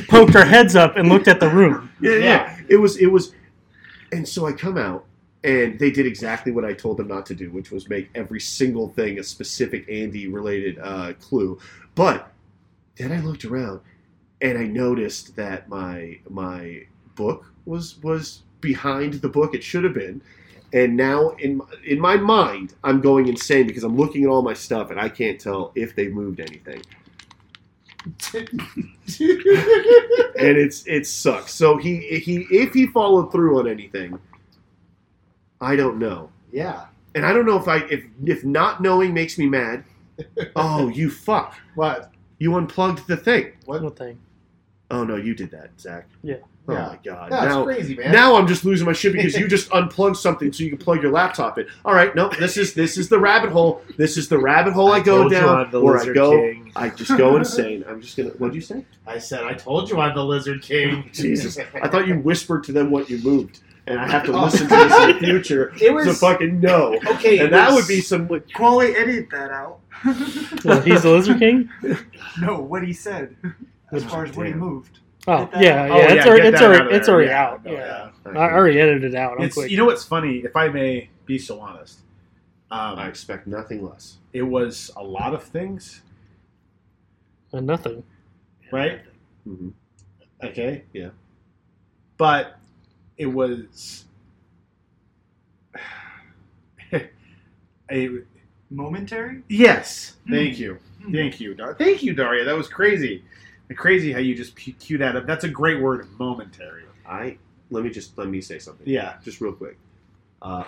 S4: poked our heads up and looked at the room.
S1: Yeah, yeah. It was it was, and so I come out, and they did exactly what I told them not to do, which was make every single thing a specific Andy related uh, clue. But then I looked around and I noticed that my my book was was behind the book it should have been. And now in my- in my mind, I'm going insane because I'm looking at all my stuff and I can't tell if they've moved anything. and it's it sucks. So he he if he followed through on anything, I don't know.
S7: Yeah.
S1: And I don't know if I if if not knowing makes me mad. Oh, you fuck!
S7: What?
S1: You unplugged the thing.
S4: One thing.
S1: Oh no, you did that, Zach.
S4: Yeah.
S1: Oh
S7: Yeah.
S1: my god.
S7: That's
S1: now,
S7: crazy, man.
S1: now I'm just losing my shit because you just unplugged something so you can plug your laptop in. All right, no, this is this is the rabbit hole. This is the rabbit hole I, go
S2: told you
S1: down
S2: I'm the
S1: where I
S2: Lizard
S1: go.
S2: King.
S1: I just go insane. I'm just gonna. What'd you say?
S7: I said, I told you I'm the Lizard King.
S1: Jesus. I thought you whispered to them what you moved, and I have to listen to this in the future
S7: Oh. It
S1: to
S7: was
S1: fucking know.
S7: okay.
S1: And
S7: it
S1: that
S7: was-
S1: would be some. like,
S6: Quali edit that out.
S4: Well, he's the Lizard King.
S6: no, what he said. As far as what he
S1: Damn.
S6: moved.
S4: Oh
S6: Get
S4: yeah,
S6: that-
S4: yeah.
S2: Oh,
S4: it's
S2: yeah,
S4: already
S2: get
S4: it's
S2: that
S4: already
S2: out of
S4: it's
S2: there.
S4: already
S2: Yeah,
S4: out.
S2: no,
S4: yeah.
S1: I,
S4: I already edited it out. I'm
S2: It's, e-
S4: quick.
S2: you know what's funny? If I may be so honest,
S1: I
S2: um,
S1: expect nothing less.
S2: it was a lot of things,
S4: and nothing.
S2: right?
S1: Mhm.
S2: Okay.
S1: Yeah.
S2: But it was. it,
S6: Momentary?
S2: yes. Thank you. Thank you, Dar- Thank you, Daria. That was crazy. Crazy how you just cu- cue that up. That's a great word, momentary.
S1: I let me just let me say something.
S2: Yeah.
S1: just real quick. Uh,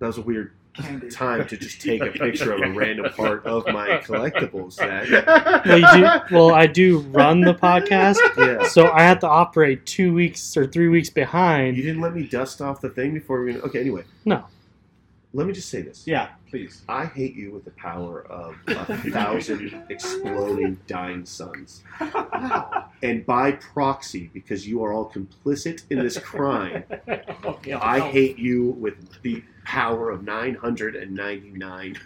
S1: that was a weird
S6: Candy.
S1: time to just take a picture of a random part of my collectibles. That
S4: Well, you do, well, I do run the podcast,
S1: yeah,
S4: so I have to operate two weeks or three weeks
S1: you
S4: behind.
S1: didn't let me dust off the thing before we. Were gonna, okay, anyway.
S4: No.
S1: Let me just say this.
S2: Yeah, please.
S1: I hate you with the power of a thousand exploding dying suns. And by proxy, because you are all complicit in this crime,
S2: Oh,
S1: I hate you with the power of 999.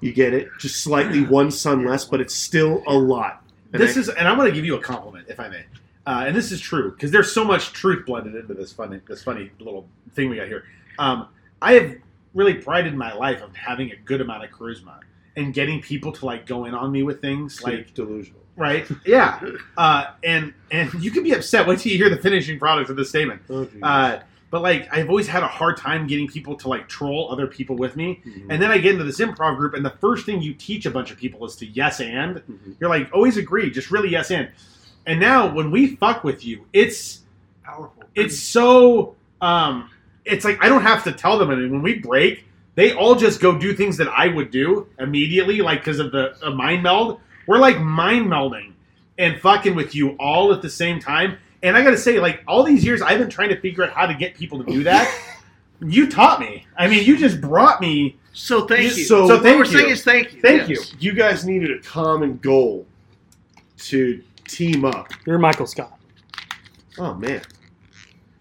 S1: You get it? Just slightly one sun less, but it's still a lot. And
S2: this
S1: I-
S2: is, and I want to give you a compliment, if I may. Uh, and this is true because there's so much truth blended into this funny, this funny little thing we got here. Um, I have really prided my life of having a good amount of charisma and getting people to like go in on me with things, like
S1: delusional.
S2: right, yeah. Uh, and and you can be upset once you hear the finishing product of this statement. Uh, but like, I've always had a hard time getting people to like troll other people with me.
S1: Mhm.
S2: And then I get into this improv group, and the first thing you teach a bunch of people is to yes and.
S1: Mhm.
S2: You're like, always agree, just really yes and. And now when we fuck with you, it's
S6: Powerful.
S2: it's so um it's like I don't have to tell them anything. When we break, they all just go do things that I would do immediately, like because of the a mind meld. We're like mind melding and fucking with you all at the same time. And I gotta say, like all these years, I've been trying to figure out how to get people to do that. you taught me. I mean, you just brought me
S3: So thank
S2: You-
S3: you.
S2: so
S3: what
S2: thank
S3: we're
S2: you.
S3: saying is thank you.
S2: Thank you.
S1: You guys needed a common goal to team up.
S4: You're Michael Scott.
S1: Oh, man.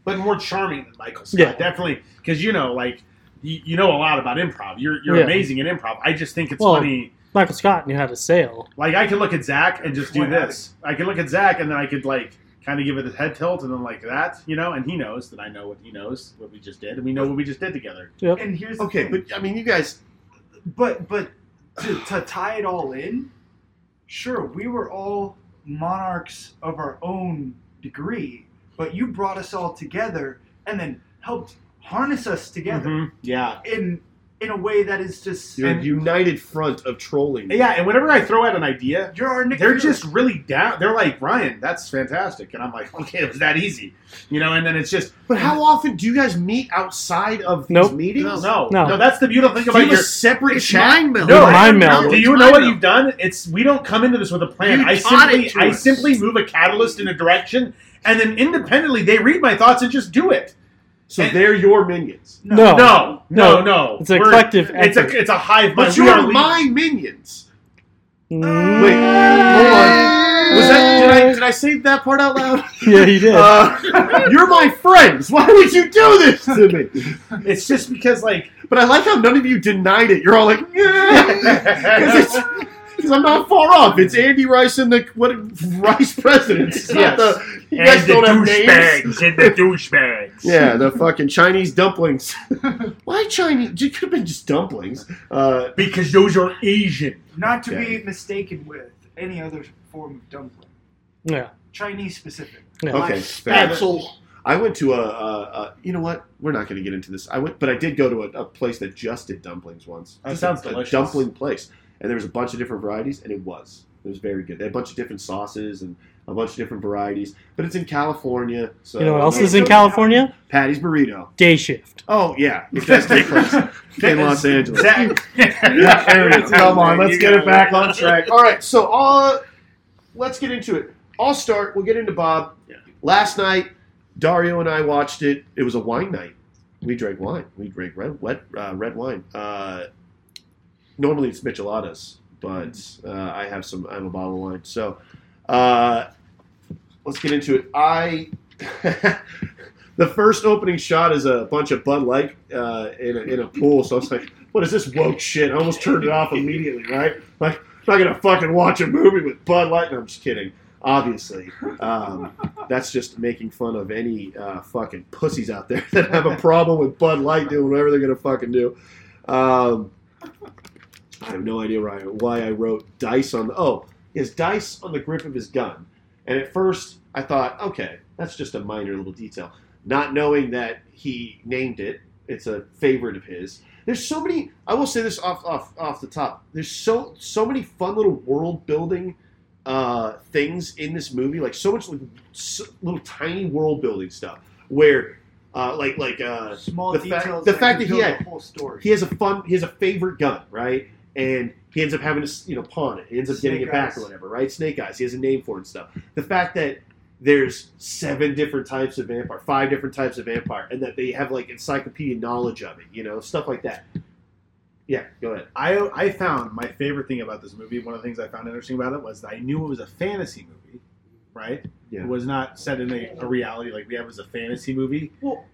S2: but more charming than Michael Scott,
S4: Yeah.
S2: definitely. Because you know, like you, you know a lot about improv. You're you're
S4: Yeah.
S2: amazing at improv. I just think it's
S4: Well-
S2: funny.
S4: Michael Scott knew how to sail.
S2: Like I can look at Zach and just do
S6: Why not?
S2: this. I can look at Zach and then I could like kind of give it a head tilt and then like that, you know. And he knows that I know what he knows what we just did, and we know what we just did together.
S6: And here's the
S1: Okay,
S6: thing.
S1: but I mean, you guys.
S6: But but to, to tie it all in, sure, we were all monarchs of our own degree, but you brought us all together and then helped harness us together
S2: Mhm. Yeah,
S6: in in a way that is just
S1: You're a
S6: and
S1: united front of trolling.
S2: yeah. And whenever I throw out an idea,
S6: you're our Nick
S2: they're
S6: Fury.
S2: just really down. They're like Ryan, that's fantastic, and I'm like, okay, it was that easy, you know. And then it's just
S1: But how often do you guys meet outside of these
S4: Nope.
S1: meetings?
S2: no,
S1: Do
S2: no,
S4: No.
S2: That's the beautiful thing
S1: you
S2: about
S1: have a
S2: your
S1: separate
S3: It's
S1: chat?
S3: mind meld.
S2: No,
S4: Mind
S2: I don't
S4: meld.
S2: know. Do
S1: It's
S2: you
S1: mind
S2: know what
S1: meld.
S2: you've done? It's we don't come into this with a plan.
S3: You
S2: I
S3: taught
S2: simply
S3: it to
S2: I
S3: us.
S2: simply move a catalyst in a direction, and then independently they read my thoughts and just do it.
S1: So
S2: And-
S1: they're your minions.
S4: No,
S2: No, no, no.
S4: No. It's a
S2: We're-
S4: collective
S2: It's a
S4: effort.
S2: it's a hive mind.
S1: But
S2: We
S1: you
S2: are
S1: are
S2: lead-
S1: my minions.
S4: Mm,
S1: Wait, hold on. Was that did I did I say that part out loud?
S4: Yeah, he did.
S1: Uh, you're my friends. Why would you do this to me?
S2: It's just because like
S1: But I like how none of you denied it. You're all like, yeah, because I'm not far off. It's Andy Rice and the what Rice presidents. It's not
S2: Yes.
S1: the, you guys don't have names.
S2: and the douchebags.
S1: Yeah, the fucking Chinese dumplings. Why Chinese? It could have been just dumplings. Uh,
S2: Because those are Asian.
S6: Not to
S1: Okay.
S6: be mistaken with any other form of dumpling,
S4: Yeah.
S6: Chinese specific.
S4: yeah.
S1: okay, fair.
S3: Axel.
S1: I went to a, a, a. You know what? We're not going to get into this. I went, but I did go to a, a place that just did dumplings once.
S2: That
S1: Just
S2: sounds
S1: a,
S2: delicious.
S1: A dumpling place, and there was a bunch of different varieties, and it was. It was very good. They had a bunch of different sauces and a bunch of different varieties. But it's in California, so
S4: You know what else
S6: Yeah,
S4: is in
S6: so-
S4: California?
S1: Patty's Burrito.
S4: Day shift.
S1: Oh yeah, if that's the place in Los Angeles.
S2: Zach-
S1: There it is. Come on, let's
S2: You
S1: get it
S2: got
S1: back on track. All right, so uh, let's get into it. I'll start. We'll get into Bob.
S3: Yeah.
S1: Last night, Dario and I watched it. It was a wine night. We drank wine. We drank red, wet, uh, red wine. Uh, normally it's micheladas, but uh, I have some. I have a bottle of wine. So uh, let's get into it. I. The first opening shot is a bunch of Bud Light uh, in, a, in a pool, so I was like, what is this woke shit? I almost turned it off immediately, right? Like, I'm not gonna fucking watch a movie with Bud Light. No, I'm just kidding. Obviously, um, that's just making fun of any uh, fucking pussies out there that have a problem with Bud Light doing whatever they're gonna fucking do. Um, I have no idea why I, why I wrote dice on. Oh, his dice on the grip of his gun. And at first, I thought, okay, that's just a minor little detail. Not knowing that he named it, it's a favorite of his. There's so many. I will say this off off off the top. There's so so many fun little world building uh, things in this movie. Like so much like, s little tiny world building stuff. Where uh, like like uh,
S6: Small
S1: The fact-
S6: details.
S1: the
S6: that
S1: fact
S6: can
S1: that he
S6: build
S1: had-
S6: a whole story.
S1: he has a fun he has a favorite gun right and he ends up having to you know pawn it he ends up getting
S6: Snake
S1: it back
S6: Eyes.
S1: or whatever right snake eyes he has a name for it and stuff the fact that there's seven different types of vampire five different types of vampire and that they have like encyclopedia knowledge of it you know stuff like that yeah go ahead
S2: I, I found my favorite thing about this movie, one of the things I found interesting about it was that I knew it was a fantasy movie, right?
S1: Yeah.
S2: It was not set in a, a reality like we have as a fantasy movie.
S6: Well,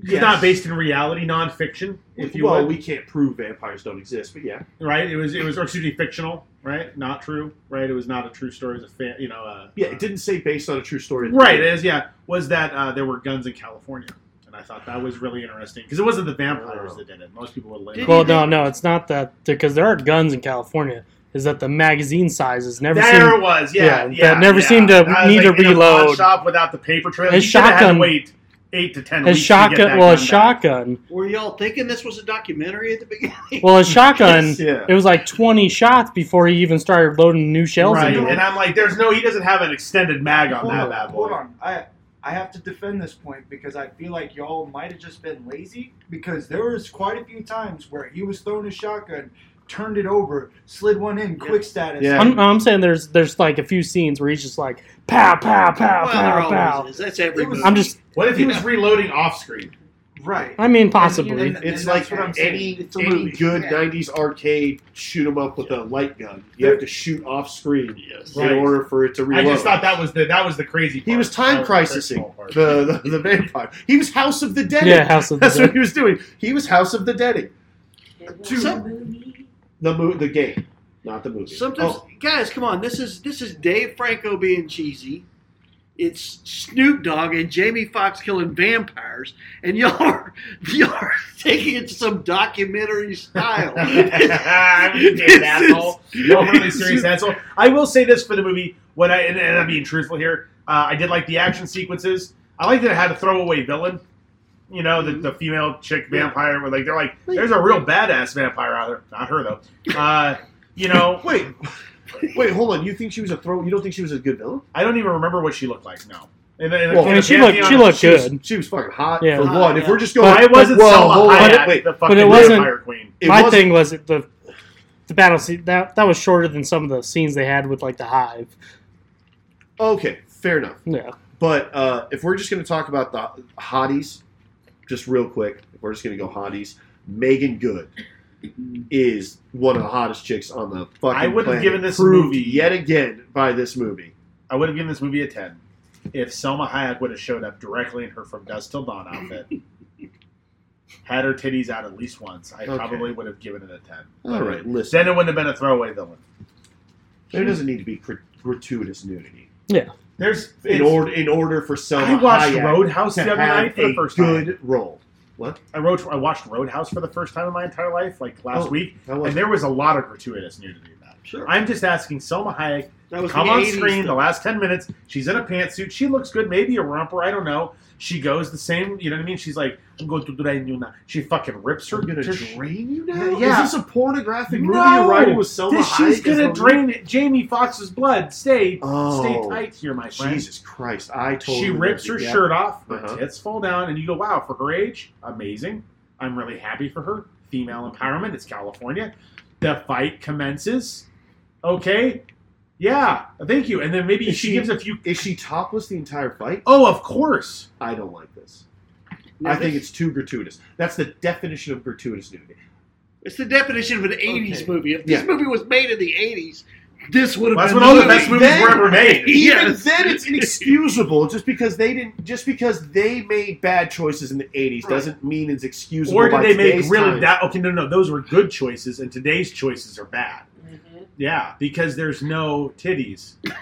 S2: It's
S6: yes.
S2: not based in reality, nonfiction, if you
S1: well
S2: will.
S1: we can't prove vampires don't exist but yeah
S2: right? It was it was or excuse me, fictional, right? Not true, right? It was not a true story. It was a fan, you know. Uh,
S1: yeah it didn't say based on a true story
S2: Right, it is, yeah. Was that uh, there were guns in California. And I thought that was really interesting. Because it wasn't the vampires that did it. Most people would label
S3: Did
S4: Well, no, no, it's not that because there are guns in California. Is that the magazine sizes never
S2: There
S4: seem?
S2: was, yeah.
S4: yeah,
S2: yeah
S4: that never
S2: yeah.
S4: seemed to
S2: I was
S4: need to
S2: in a pawn
S4: reload.
S2: shop without the paper trail.
S4: His
S2: He should have had to
S4: shotgun-
S2: wait eight to ten
S4: A
S2: weeks. to get that
S4: shotgun. Well,
S2: gun
S4: a
S2: back.
S4: shotgun.
S3: Were y'all thinking this was a documentary at the beginning?
S4: Well, a shotgun.
S1: yeah
S4: It was like 20 shots before he even started loading new shells
S2: Right,
S4: into it.
S2: and I'm like, there's no, he doesn't have an extended mag on
S6: hold
S2: that
S6: on,
S2: bad boy.
S6: hold on. I I have to defend this point because I feel like y'all might have just been lazy because there was quite a few times where he was throwing his shotgun, turned it over, slid one in, quick status.
S1: Yeah.
S4: I'm, I'm saying there's there's like a few scenes where he's just like pow pow pow
S3: well, there
S4: pow pow.
S3: always is. That's every
S6: It was-
S3: movie.
S4: I'm just
S2: What if he was reloading off screen?
S6: Right.
S4: I mean possibly.
S6: And- and
S1: it's
S6: that's
S1: like
S6: what I'm
S1: any
S6: saying. It's a
S1: any
S6: movie.
S1: good
S6: Yeah.
S1: 90s arcade shoot 'em up with a light gun you have to shoot off screen
S3: Yes.
S2: Right.
S1: in order for it to reload
S2: I just thought that was the that was the crazy. Part.
S1: He was time
S2: That was the
S1: crisising
S2: personal part.
S1: the, the the vampire. He was House of the Dead.
S4: yeah, House of the
S1: that's what
S4: Dead.
S1: he was doing. He was House of the Dead.
S6: Two.
S1: The mo- the game, not the movie.
S3: Sometimes,
S1: Oh,
S3: guys, come on. This is this is Dave Franco being cheesy. It's Snoop Dogg and Jamie Foxx killing vampires, and y'all are, y'all are taking it to some documentary style.
S2: I'm just
S3: This is-
S2: an asshole. No, I'm really serious asshole. I will say this for the movie. When I and, and I'm being truthful here, uh, I did like the action sequences. I like that it had a throwaway villain. You know, the, the female chick vampire. Where like they're like, there's a real badass vampire out there. Not her though. Uh, you know,
S1: wait, wait, hold on. You think she was a throw? You don't think she was a good villain?
S2: I don't even remember what she looked like. No. And, and,
S1: Well,
S2: and
S4: I mean, she
S2: the
S4: looked she
S2: pantheon-
S4: looked
S1: She was,
S4: good.
S1: she was fucking hot
S4: Yeah.
S1: for
S3: Hot,
S1: one. If
S3: yeah.
S1: we're just going,
S2: Why wasn't
S1: whoa,
S2: Selma
S1: hold on,
S2: Hayek
S1: Wait,
S2: the fucking
S4: it wasn't-
S2: vampire queen?
S1: it
S4: My
S1: wasn't-
S4: thing was it the the battle scene that that was shorter than some of the scenes they had with like the hive.
S1: Okay, fair enough.
S4: Yeah.
S1: But uh, if we're just going to talk about the hotties, just real quick, if we're just going to go hotties, Megan Good is one of the hottest chicks on the fucking
S2: I wouldn't have
S1: planet,
S2: given this
S1: proved
S2: movie-
S1: yet again by this movie.
S2: I would have given this movie a 10 if Selma Hayek would have showed up directly in her From Dusk Till Dawn outfit. Had her titties out at least once, I
S1: Okay.
S2: probably would have given it a 10.
S1: All right, listen,
S2: Then it wouldn't have been a throwaway villain.
S1: there doesn't need to be gr- gratuitous nudity.
S4: Yeah.
S2: There's
S1: in
S2: it's-
S1: order in order for Selma
S2: I watched
S1: Hayek
S2: Roadhouse
S1: to
S2: the other
S1: have
S2: night for the
S1: a
S2: first time.
S1: good role.
S2: I wrote I watched Roadhouse for the first time in my entire life, like last
S1: Oh,
S2: week,
S1: That
S2: and
S1: was
S2: there was a lot of gratuitous nudity in that.
S3: Sure.
S2: I'm just asking Selma Hayek
S3: That was
S2: come
S3: the
S2: on
S3: 80s
S2: screen the
S3: stuff.
S2: last 10 minutes she's in a pantsuit she looks good maybe a romper i don't know she goes the same you know what i mean she's like i'm going to drain you now she fucking rips her
S1: I'm gonna
S2: to sh-
S1: drain you now.
S2: Yeah.
S1: Is this a pornographic movie
S2: No!
S1: you're writing with Selma
S2: this,
S1: Hayek?
S2: she's gonna
S1: as the
S2: drain it. jamie fox's blood stay
S1: Oh.
S2: stay tight here my friend
S1: Jesus Christ! I told
S2: she rips her shirt off her
S1: Uh-huh.
S2: tits fall down and you go wow for her age amazing i'm really happy for her female empowerment it's california the fight commences okay yeah thank you and then maybe
S1: Is
S2: she
S1: she-
S2: gives a few
S1: Is she topless the entire fight?
S2: oh of course
S1: I don't like this.
S3: Now
S1: I think
S3: this-
S1: it's too gratuitous. That's the definition of gratuitous nudity.
S3: it's the definition of an 80s
S1: Okay.
S3: movie. If this
S1: Yeah.
S3: movie was made in the 80s, this would have
S2: That's
S3: been
S2: when all the
S3: movie.
S2: best movies
S1: Then-
S2: were ever made.
S1: Even
S3: Yes.
S1: then, it's inexcusable. just because they didn't, just because they made bad choices in the '80s, doesn't mean it's excusable.
S2: Or did
S1: by
S2: they make
S1: today's
S2: really
S1: time.
S2: that? Okay, no, no, those were good choices, and today's choices are bad. Yeah, because there's no titties.
S5: I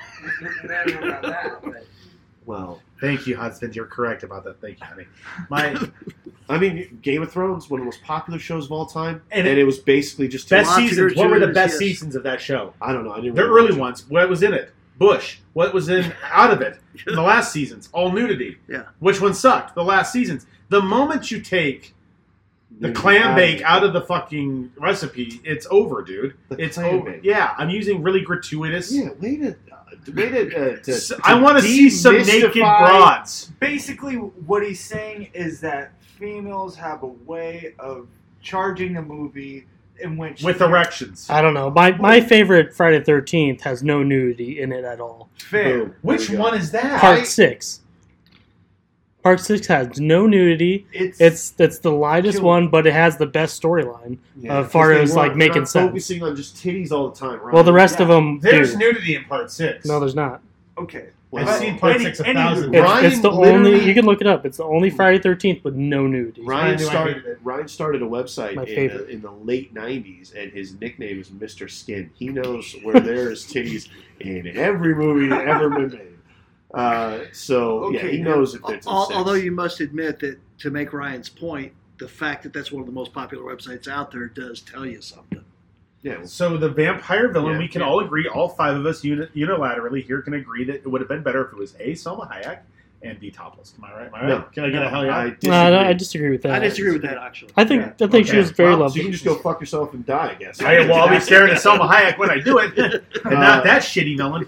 S5: don't know about that, but
S1: Well,
S2: Thank you, husband. You're correct about that. Thank you, honey. My
S1: I mean, Game of Thrones, one of the most popular shows of all time,
S2: And
S1: and,
S2: it-
S1: it, was basically just
S2: best
S3: Lots of
S2: seasons. What were the best
S3: gratuitous, yes.
S2: seasons of that show?
S1: I don't know. I didn't.
S2: The
S1: really
S2: early
S1: watch it.
S2: ones. What was in it? Bush. What was in out of it? The last seasons, all nudity.
S3: Yeah.
S2: Which one sucked? The last seasons. The moment you take the
S1: Nudity
S2: clam
S1: out
S2: bake
S1: of it.
S2: out of the fucking recipe, it's over, dude.
S1: The
S2: It's
S1: clam
S2: over.
S1: bake.
S2: Yeah, I'm using really gratuitous.
S1: Yeah, way to, uh, way to, uh, to,
S2: S- I want to see some naked
S1: demystify-
S2: broads.
S6: Basically, what he's saying is that females have a way of charging the movie in which
S2: with erections.
S4: I don't know. My my favorite Friday Thirteenth has no nudity in it at all.
S6: fair.
S1: Boom.
S2: Which
S1: There we go.
S2: one is that?
S4: Part six. Part six has no nudity.
S6: It's,
S4: It's that's the lightest
S6: Kill-
S4: one, but it has the best storyline.
S1: Yeah,
S4: Uh, as far
S1: because
S4: as,
S1: they
S4: like,
S1: weren't-
S4: making
S1: they're not
S4: sense.
S1: Focusing on just titties all the time, right?
S4: Well, the rest of
S6: Yeah.
S4: them.
S2: There's
S4: do.
S2: nudity in part six.
S4: no, there's not.
S6: okay.
S1: Wow.
S2: I've seen part
S6: Any-
S2: six a
S6: any-
S2: thousand.
S4: It's,
S2: times.
S1: Ryan
S4: it's the
S1: literally-
S4: only. You can look it up. It's the only Friday Thirteenth with no nudity.
S1: Ryan
S2: Why do I
S1: started.
S2: hate it?
S1: Ryan started a website
S4: My
S1: in the,
S4: favorite.
S1: in the late '90s, and his nickname is Mr. Skin. He knows where there is titties in every movie that ever been made. Uh, so yeah,
S6: Okay,
S1: he knows if there's.
S3: Al- Although you must admit that to make Ryan's point, the fact that that's one of the most popular websites out there does tell you something.
S1: yeah, well,
S2: So the vampire villain,
S1: Yeah.
S2: we can all agree, all five of us uni- unilaterally here can agree that it would have been better if it was A, Selma Hayek, and B, topless. Am I right? Am I right?
S1: No.
S2: Can I get a hell yeah?
S1: I
S4: No, I, don't- I
S1: disagree.
S4: disagree with that.
S3: I disagree with that actually.
S4: I think I think she
S2: Okay.
S4: was very
S1: Well,
S4: lovely.
S1: so you can just go fuck yourself and die, I guess.
S2: I, well, I'll be staring at Selma Hayek when I do it, and
S1: Uh,
S2: not that shitty villain.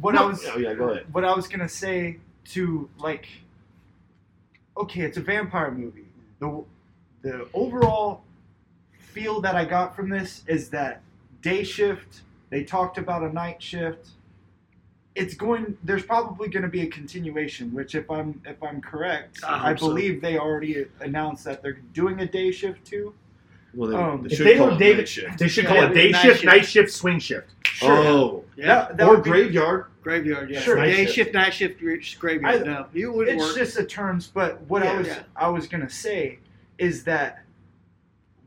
S6: What I was
S1: Oh yeah, go ahead.
S6: what I was gonna say to like, okay, it's a vampire movie. The the overall feel that I got from this is that day shift. They talked about a night shift. It's going. There's probably going to be a continuation. Which, if I'm if I'm correct,
S3: I hope
S6: I,
S3: so.
S6: believe they already announced that they're doing a day shift too.
S1: Well, they,
S6: Um,
S1: they
S2: If
S1: should
S2: they
S1: call
S2: don't
S1: it
S2: David-
S1: night shift.
S2: They should
S3: Yeah,
S2: call
S3: yeah,
S2: it day
S3: night
S2: shift,
S3: shift.
S2: night shift, swing shift.
S1: Oh,
S3: Yeah.
S6: That- that
S1: or
S6: would be-
S1: graveyard.
S3: Graveyard, yeah.
S6: Sure.
S2: Night
S3: Day
S2: shift.
S3: shift, night shift, re- graveyard.
S6: I-
S3: no, you would
S6: it's
S3: work.
S6: just the terms but what i
S3: Yeah,
S6: was
S3: yeah.
S6: i was gonna say is that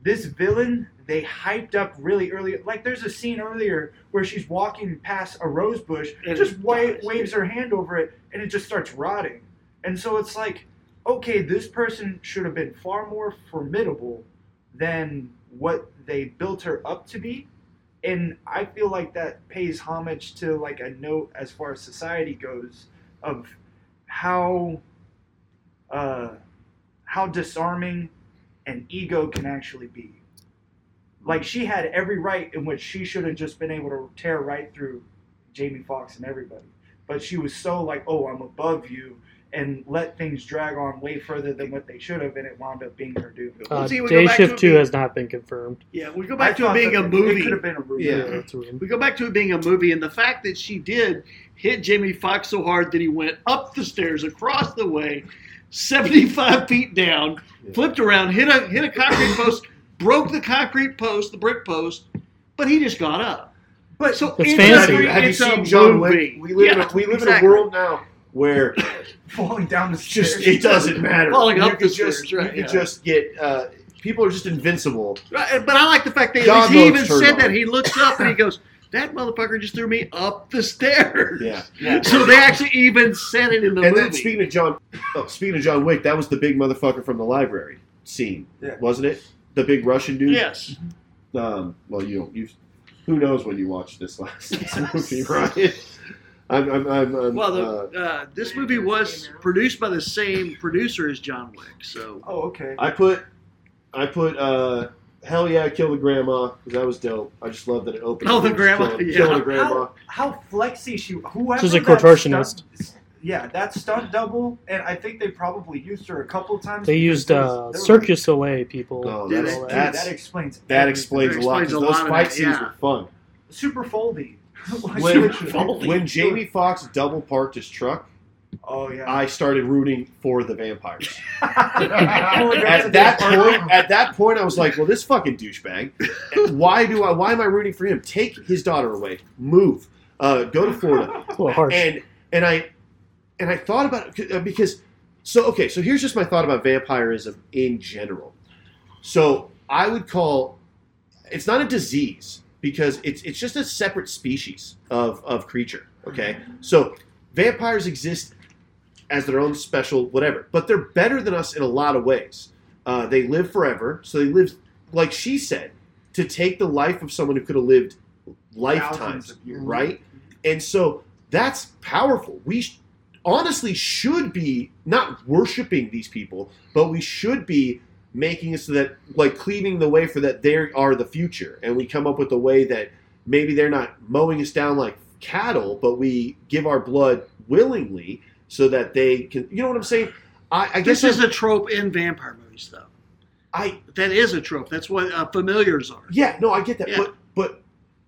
S6: this villain they hyped up really early like there's a scene earlier where she's walking past a rose bush
S3: And
S6: just
S3: it
S6: wa-
S3: dies.
S6: waves her hand over it and it just starts rotting and so it's like okay this person should have been far more formidable than what they built her up to be and i feel like that pays homage to like a note as far as society goes of how uh, how disarming an ego can actually be. Like she had every right in which she should have just been able to tear right through Jamie Foxx and everybody, but she was so like, "Oh, I'm above you," and let things drag on way further than what they should have, and it wound up being her doom.
S4: Uh,
S3: Well, see, we go
S4: Day
S3: back to
S4: Shift
S3: it
S4: Two
S3: being-
S4: has not been confirmed.
S3: yeah, we go
S6: I
S3: back to
S6: thought
S3: it being
S6: that
S3: a
S6: it- It
S3: movie.
S6: could have been a movie.
S1: Yeah.
S4: That's weird.
S3: We go back to it being a movie, and the fact that she did hit Jamie Foxx so hard that he went up the stairs, across the way, 75 feet down,
S1: Yeah.
S3: flipped around, hit a hit a concrete post, broke the concrete post, the brick post, but he just got up.
S6: But
S3: So
S4: It's
S3: in
S4: fancy.
S3: theory,
S1: Have you
S3: it's a
S1: seen John
S3: movie.
S1: Wick? We live, in,
S3: Yeah,
S1: a, we live
S3: exactly.
S1: in a world now where
S6: falling down the stairs.
S1: just it doesn't matter.
S3: Falling
S1: you
S3: up
S1: could
S3: the
S1: just
S3: stairs, right,
S1: you
S3: yeah.
S1: could just get uh, people are just invincible.
S3: Right, But I like the fact that at
S1: John
S3: least he
S1: Bo's
S3: even
S1: turned
S3: said
S1: on.
S3: that he looks up and he goes, That motherfucker just threw me up the stairs.
S1: Yeah.
S3: So they actually even said it in the
S1: and
S3: movie.
S1: then speaking of John, oh, speaking of John Wick, that was the big motherfucker from the library scene,
S6: Yeah.
S1: wasn't it? The big Russian dude.
S3: yes.
S1: Um, well, you you, who knows when you watched this last movie, right? I'm, I'm, I'm, I'm
S3: Well,
S1: uh,
S3: the, uh, this movie was produced by the same producer as John Wick. So
S6: Oh, okay.
S1: I put, I put, uh, hell yeah, kill the grandma because that was dope. I just love that it opened.
S3: Oh,
S1: with
S3: the grandma,
S1: killing,
S3: yeah.
S1: killing the grandma.
S6: How flexy she whoever
S4: She's a
S6: that stunt-
S4: contortionist.
S6: yeah, that stunt double, and I think they probably used her a couple times.
S4: They
S6: because
S4: used
S6: there was- there
S4: uh,
S6: was-
S4: Circus Soleil people.
S1: Oh,
S3: Did
S1: that's,
S3: it.
S6: Dude,
S1: that's,
S6: that explains.
S1: that
S6: everything.
S1: explains a lot
S3: explains
S1: because
S3: a
S1: those
S3: lot of
S1: fight
S3: it,
S1: scenes
S3: yeah.
S1: were fun.
S6: Super foldy. Like,
S1: When-
S6: literally.
S1: When Jamie Foxx double parked his truck,
S6: Oh yeah.
S1: I started rooting for the vampires.
S6: Only because
S1: at
S6: of
S1: that
S6: the apartment.
S1: point, at that point, I was like, "Well, this fucking douchebag. Why do I? Why am I rooting for him? Take his daughter away. Move. Uh, go to Florida."
S4: A little harsh.
S1: And and I and I thought about it uh, because so okay. So here's just my thought about vampirism in general. So I would call it's not a disease because it's it's just a separate species of of creature. Okay, so vampires exist as their own special whatever, but they're better than us in a lot of ways. Uh, they live forever, so they live like she said to take the life of someone who could have lived
S6: Thousands
S1: lifetimes,
S6: of years.
S1: right? And so that's powerful. We sh- honestly should be not worshiping these people, but we should be making it so that like cleaving the way for that they are the future and we come up with a way that maybe they're not mowing us down like cattle but we give our blood willingly so that they can you know what i'm saying i, I guess
S3: this is
S1: I,
S3: a trope in vampire movies, though.
S1: I
S3: That is a trope. That's what uh, familiars are.
S1: yeah no i get that
S3: Yeah.
S1: but but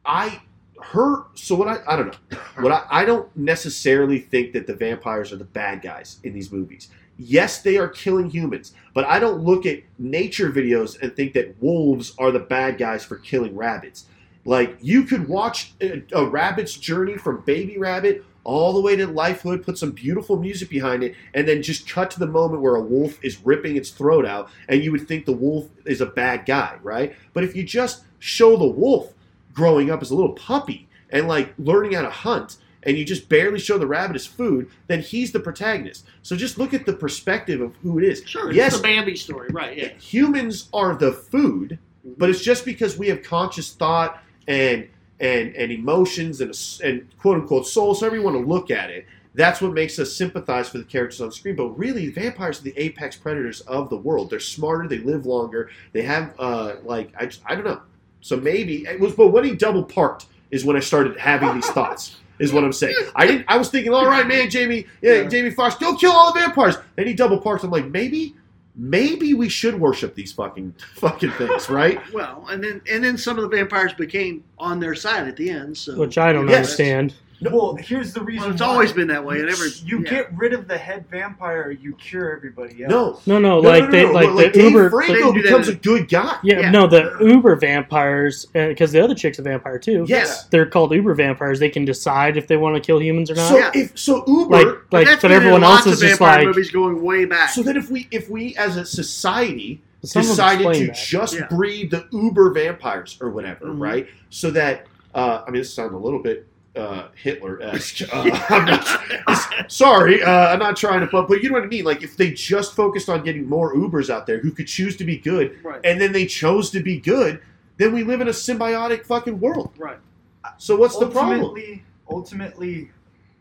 S1: i her so what i i don't know what I, I don't necessarily think that the vampires are the bad guys in these movies yes they are killing humans but i don't look at nature videos and think that wolves are the bad guys for killing rabbits like you could watch a, a rabbit's journey from baby rabbit all the way to lifehood put some beautiful music behind it and then just cut to the moment where a wolf is ripping its throat out and you would think the wolf is a bad guy right but if you just show the wolf growing up as a little puppy and like learning how to hunt and you just barely show the rabbit as food then he's the protagonist so just look at the perspective of who it is
S3: Sure,
S1: Yes.
S3: it's the Bambi story, right? Yeah.
S1: humans are the food, but it's just because we have conscious thought and and and emotions and a s- and quote unquote souls. So everyone to look at it. That's what makes us sympathize for the characters on screen. But really, vampires are the apex predators of the world. They're smarter. They live longer. They have uh like I just, I don't know. So maybe it was. But when he double parked is when I started having these thoughts. Is what I'm saying. I didn't. I was thinking, all right, man, Jamie, yeah,
S6: Yeah.
S1: Jamie Fox, go kill all the vampires. Then he double parked. I'm like, maybe maybe we should worship these fucking fucking things, right?
S3: Well, and then and then some of the vampires became on their side at the end. So
S4: which I don't
S1: Yes.
S4: understand.
S6: Well, here's the reason.
S3: Well, it's
S6: why.
S3: always been that way.
S6: You-
S3: And every
S6: you
S3: yeah.
S6: get rid of the head vampire, you cure everybody else.
S1: No.
S4: No, no,
S1: No,
S4: like
S1: no, no,
S4: they
S1: no,
S4: like, the
S1: Dave
S4: Uber.
S1: Franco
S3: they do that
S1: becomes a
S3: in-
S1: good guy.
S4: yeah,
S3: Yeah.
S4: no, the Uber vampires because the other chick's a vampire too.
S1: Yes.
S4: they're called Uber vampires. They can decide if they want to kill humans or not.
S1: So
S3: Yeah.
S1: if so Uber
S4: Like,
S3: But
S4: like,
S3: that's
S4: but
S3: been in
S4: everyone else
S3: lots
S4: is
S3: of
S4: just
S3: vampire
S4: like.
S3: movies going way back.
S1: so then if we if we as a society
S4: Some of them
S1: decided
S4: explain
S1: to
S4: that.
S1: just
S3: Yeah.
S1: breed the uber vampires or whatever,
S3: Mhm.
S1: right? So that uh, I mean, this sounds a little bit uh, Hitler esque. Uh, I'm not- it's- sorry, uh, I'm not trying to, but but you know what I mean. Like if they just focused on getting more Ubers out there who could choose to be good,
S3: right,
S1: and then they chose to be good, then we live in a symbiotic fucking world.
S3: right.
S1: So what's the problem?
S6: ultimately, ultimately,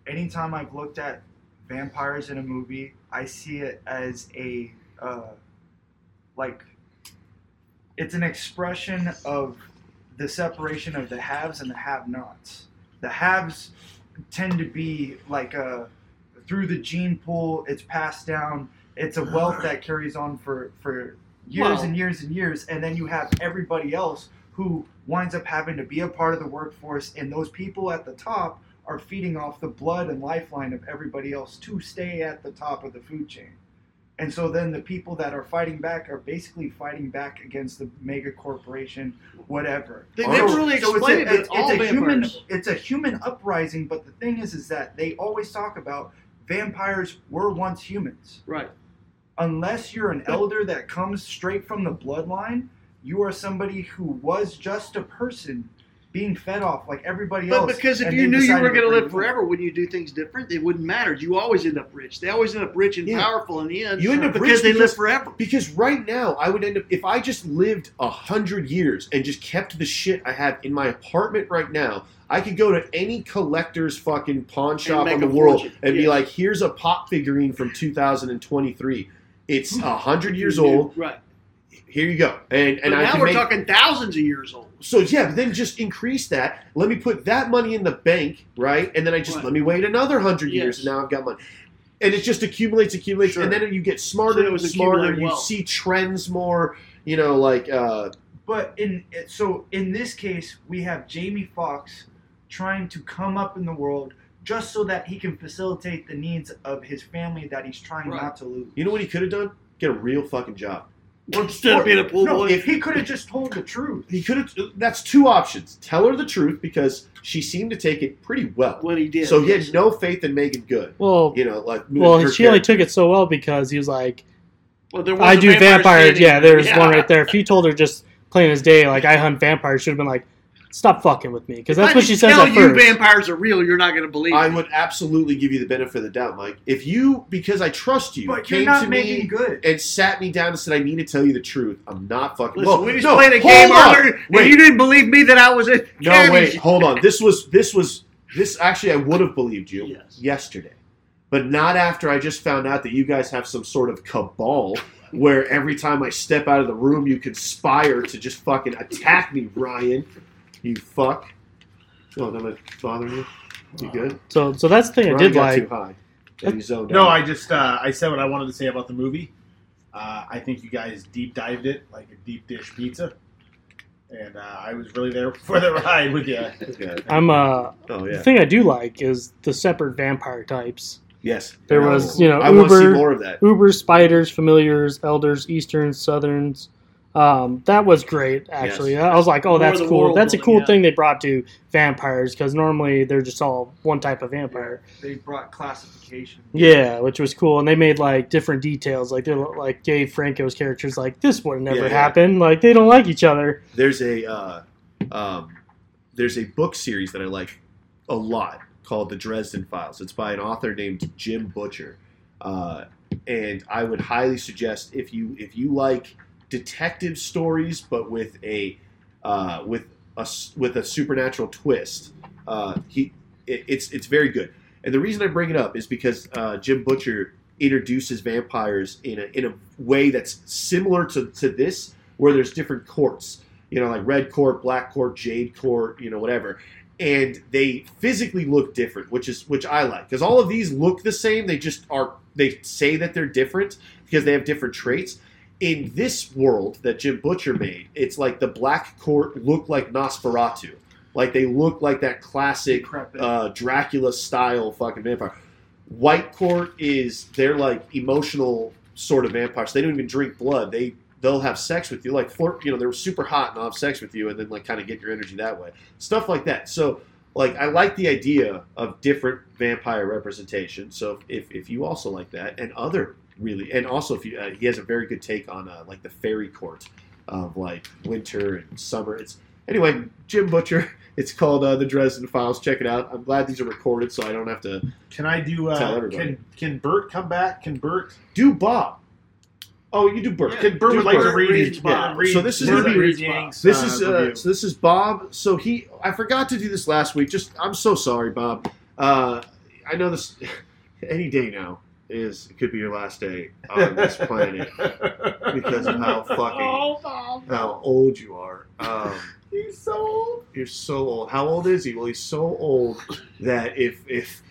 S6: anytime I've looked at vampires in a movie, I see it as a uh, like it's an expression of the separation of the haves and the have-nots. The haves tend to be like a through the gene pool, it's passed down. It's a wealth that carries on for for years
S3: Well-
S6: and years and years, and then you have everybody else who winds up having to be a part of the workforce, and those people at the top are feeding off the blood and lifeline of everybody else to stay at the top of the food chain. And so then the people that are fighting back are basically fighting back against the mega corporation, whatever.
S3: They
S1: So-
S3: never really
S6: So
S3: explained it. but
S6: it's, a,
S3: all
S6: it's, it's a human
S3: vampires.
S6: it's a human uprising, but the thing is is that they always talk about vampires were once humans.
S3: Right.
S6: Unless you're an elder that comes straight from the bloodline, you are somebody who was just a person being fed off like everybody
S3: But
S6: else.
S3: because if
S6: and
S3: you
S6: they
S3: knew you
S6: decided
S3: were going to
S6: bring
S3: live
S6: it in.
S3: forever, when you do things different, it wouldn't matter. You always end up rich. They always end up rich and
S1: Yeah.
S3: powerful in the end
S1: You end up
S3: because
S1: rich
S3: they
S1: because-
S3: live forever.
S1: Because right now, I would end up if I just lived a hundred years and just kept the shit I have in my apartment right now. I could go to any collector's fucking pawn shop
S3: make
S1: in the
S3: a
S1: world
S3: fortune,
S1: and be
S3: yeah.
S1: like, "Here's a pop figurine from 2023. It's a hundred years
S3: You do,
S1: old.
S3: right?
S1: Here you go." And and
S3: but
S1: I
S3: now
S1: can
S3: we're
S1: make-
S3: talking thousands of years old.
S1: so yeah, but then just increase that. Let me put that money in the bank, right? And then I just
S3: Right.
S1: let me wait another hundred years,
S3: Yes.
S1: and now I've got money. And it just accumulates, accumulates, and
S3: Sure.
S1: then you get
S3: So
S1: smarter
S3: it
S1: and
S3: was
S1: smarter.
S3: accumulating
S1: You
S3: wealth.
S1: see trends more. You know, like uh,
S6: But in so in this case, we have Jamie Foxx trying to come up in the world just so that he can facilitate the needs of his family that he's trying
S3: Right.
S6: not to lose.
S1: you know what he could have done? Get a real fucking job.
S3: Instead of being a pool
S6: No,
S3: boy,
S6: if he could have just told the truth.
S1: He could have. That's two options. Tell her the truth because she seemed to take it pretty well.
S3: what he did.
S1: so he
S3: yes.
S1: had no faith in making good.
S4: Well,
S1: You know, like
S4: well,
S1: her
S4: she only
S1: character.
S4: took it so well because he was like,
S3: Well, there was
S4: I
S3: a
S4: do
S3: vampire
S4: vampires.
S3: standing
S4: Yeah,
S3: there.
S4: there's
S3: Yeah.
S4: one right there. If he told her just plain as day, like I hunt vampires, should have been like, stop fucking with me, because
S3: If I
S4: that's what
S3: just
S4: she says
S3: tell
S4: at
S3: you
S4: first.
S3: vampires are real, you're not going to believe.
S1: I
S3: me.
S1: would absolutely give you the benefit of the doubt, Mike. If you, because I trust you,
S6: But
S1: came
S6: you're not
S1: to
S6: making
S1: me
S6: good.
S1: and sat me down and said, "I need to tell you the truth. I'm not fucking."
S3: Listen,
S1: Well,
S3: we just
S1: no,
S3: played a
S1: hold
S3: game
S1: on.
S3: earlier, and
S1: Wait.
S3: you didn't believe me that I was in.
S1: No,
S3: Academy.
S1: wait, hold on. This was this was this. Actually, I would have believed you
S3: Yes.
S1: yesterday, but not after I just found out that you guys have some sort of cabal where every time I step out of the room, you conspire to just fucking attack me, Ryan. You fuck. Oh, did I bother you? You good?
S4: So, so that's the thing I
S1: Ryan
S4: did
S1: got
S4: like.
S1: too high. And he zoned
S2: No,
S1: out.
S2: I just uh, I said what I wanted to say about the movie. Uh, I think you guys deep dived it like a deep dish pizza, and uh, I was really there for the ride with you.
S1: Okay.
S4: I'm uh,
S1: Oh
S4: the
S1: yeah.
S4: thing I do like is the separate vampire types.
S1: Yes.
S4: There was, you know,
S1: I want to see
S4: Uber-
S1: more of that.
S4: Ubers, spiders, familiars, elders, easterns, southerns. Um, that was great, actually. I was like, oh,
S3: More
S4: that's
S3: the
S4: cool.
S3: world
S4: that's a
S3: building,
S4: cool
S3: yeah.
S4: thing they brought to vampires because normally they're just all one type of vampire.
S6: They brought classification.
S4: Yeah. which was cool. And they made like different details. Like they look like Gabe Franco's characters. Like this would never
S1: Yeah, yeah.
S4: happen. Like they don't like each other.
S1: there's a uh, um, there's a book series that I like a lot called The Dresden Files. It's by an author named Jim Butcher, uh, and I would highly suggest if you if you like detective stories but with a uh, with a s- with a supernatural twist, uh, he it, it's it's very good. And the reason I bring it up is because uh, Jim Butcher introduces vampires in a, in a way that's similar to, to this, where there's different courts you know, like red court, black court, jade court, you know, whatever. And they physically look different, which is which I like because all of these look the same. They just are. They say that they're different because they have different traits. In this world that Jim Butcher made, it's like the black court look like Nosferatu, like they look like that classic
S6: Decrepit.
S1: uh, Dracula style fucking vampire. White court is they're like emotional sort of vampires. They don't even drink blood. They they'll have sex with you, like flirt. You know, they're super hot and they'll have sex with you, and then like kind of get your energy that way. Stuff like that. So like I like the idea of different vampire representation. So if if you also like that and other really and also if you uh, he has a very good take on uh, like the fairy court of like winter and summer. It's anyway Jim Butcher. It's called uh, the Dresden Files. Check it out. I'm glad these are recorded, so I don't have to
S2: Can I do?
S1: Tell
S2: Uh,
S1: everybody.
S2: can Can Bert come back? Can Bert?
S1: do Bob. Oh, you do Bert.
S2: Can Bert
S1: Do
S2: would like to
S1: Bert.
S2: read?
S3: reads
S2: yeah,
S3: Bob.
S2: read-
S1: So this is
S2: Bert
S1: gonna be-
S2: reads
S3: reads
S2: Bob's,
S1: This is uh,
S2: review.
S1: so. This is Bob. So he. I forgot to do this last week. Just I'm so sorry, Bob. Uh, I know this. Any day now is could be your last day on this planet because of how fucking
S2: Oh, Bob.
S1: how old you are. Um,
S2: He's so old.
S1: you're so old. How old is he? Well, he's so old that if if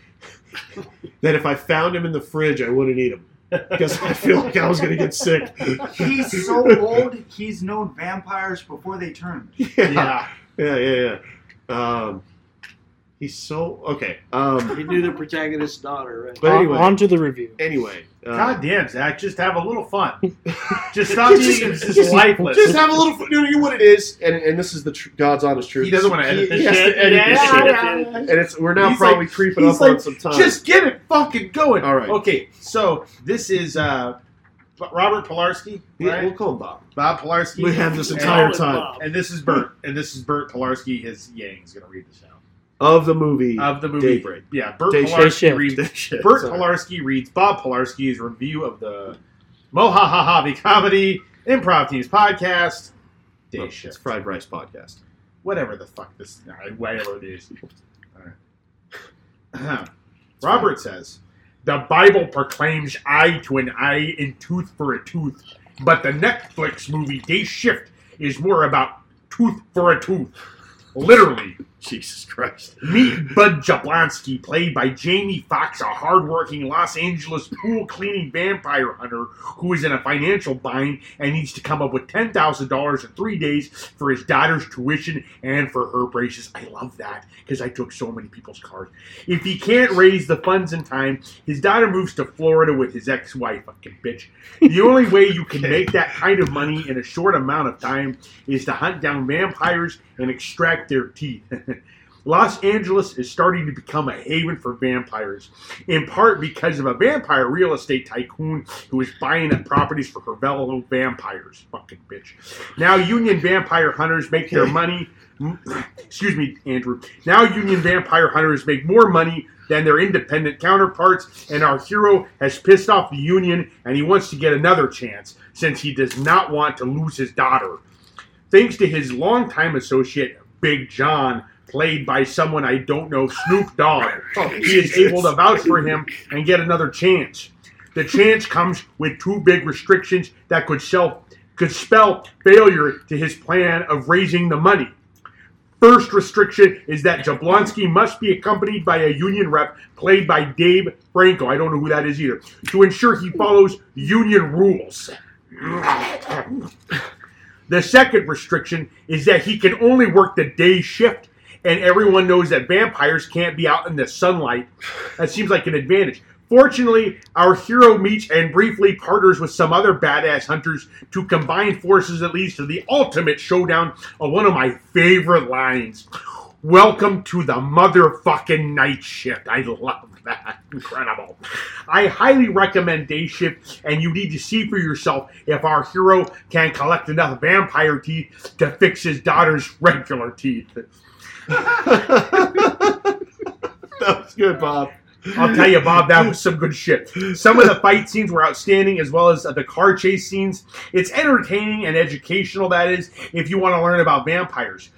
S1: that if I found him in the fridge, I wouldn't eat him because I feel like I was gonna get sick.
S6: He's so old, he's known vampires before they turned.
S1: yeah,
S2: Yeah.
S1: yeah, yeah, yeah. Um, he's so okay. Um,
S3: He knew the protagonist's daughter, right?
S1: But
S4: on,
S1: anyway.
S4: on to the review.
S1: anyway, uh,
S2: God damn, Zach. Just have a little fun. Just stop being
S1: Just-
S2: just lifeless.
S1: just have a little. You know what it is, and, and this is the tr- God's honest truth.
S2: he doesn't want to edit this
S1: He has to
S2: shit.
S1: edit this
S2: Yeah,
S1: shit.
S2: yeah, yeah.
S1: And it's we're now
S2: He's
S1: probably creeping
S2: he's
S1: up on
S2: like,
S1: some time.
S2: Just get it fucking going.
S1: All right.
S2: Okay, so this is uh, Robert Polarski,
S1: Yeah,
S2: right?
S1: We'll call him Bob.
S2: Bob Polarski.
S1: We have this
S2: And-
S1: entire
S3: Call it
S1: time
S3: Bob.
S2: And this is Bert. And this is Bert Polarski. His Yang's going to read this out.
S1: of the movie.
S2: Of the movie.
S1: Daybreak.
S2: Yeah, Bert
S1: Day
S2: Polarski
S4: Shift.
S2: reads.
S1: Shit,
S2: Bert
S1: sorry.
S2: Polarski reads Bob Polarski's review of the Mohahahavi comedy improv team's podcast. Day
S1: Oh, It's
S2: shift.
S1: Fried Rice Podcast.
S2: Whatever the fuck this, whatever it is. All right. Robert says, "The Bible proclaims eye to an eye and tooth for a tooth, but the Netflix movie Day Shift is more about tooth for a tooth, literally."
S1: Jesus Christ.
S2: Meet Bud Jablonski, played by Jamie Foxx, a hardworking Los Angeles pool cleaning vampire hunter who is in a financial bind and needs to come up with $10,000 in three days for his daughter's tuition and for her braces. I love that because I took so many people's cards. If he can't raise the funds in time, his daughter moves to Florida with his ex wife, fucking bitch. The only way you can make that kind of money in a short amount of time is to hunt down vampires and extract their teeth. Los Angeles is starting to become a haven for vampires, in part because of a vampire real estate tycoon who is buying up properties for her fellow vampires. Fucking bitch. Now, union vampire hunters make their money. Excuse me, Andrew. Now, union vampire hunters make more money than their independent counterparts, and our hero has pissed off the union and he wants to get another chance since he does not want to lose his daughter thanks to his longtime associate, Big John, played by someone I don't know, Snoop Dogg. Oh, He is able to vouch for him and get another chance. The chance comes with two big restrictions that could sell, could spell failure to his plan of raising the money. First restriction is that Jablonski must be accompanied by a union rep played by Dave Franco. I don't know who that is either. To ensure he follows union rules. The second restriction is that he can only work the day shift, and everyone knows that vampires can't be out in the sunlight. That seems like an advantage. Fortunately, our hero meets and briefly partners with some other badass hunters to combine forces that leads to the ultimate showdown of one of my favorite lines. Welcome to the motherfucking night shift. I love that. Incredible. I highly recommend Day Shift, and you need to see for yourself if our hero can collect enough vampire teeth to fix his daughter's regular teeth.
S1: That was good, Bob.
S2: I'll tell you, Bob, that was some good shit. Some of the fight scenes were outstanding, as well as uh, the car chase scenes. It's entertaining and educational, that is, if you want to learn about vampires.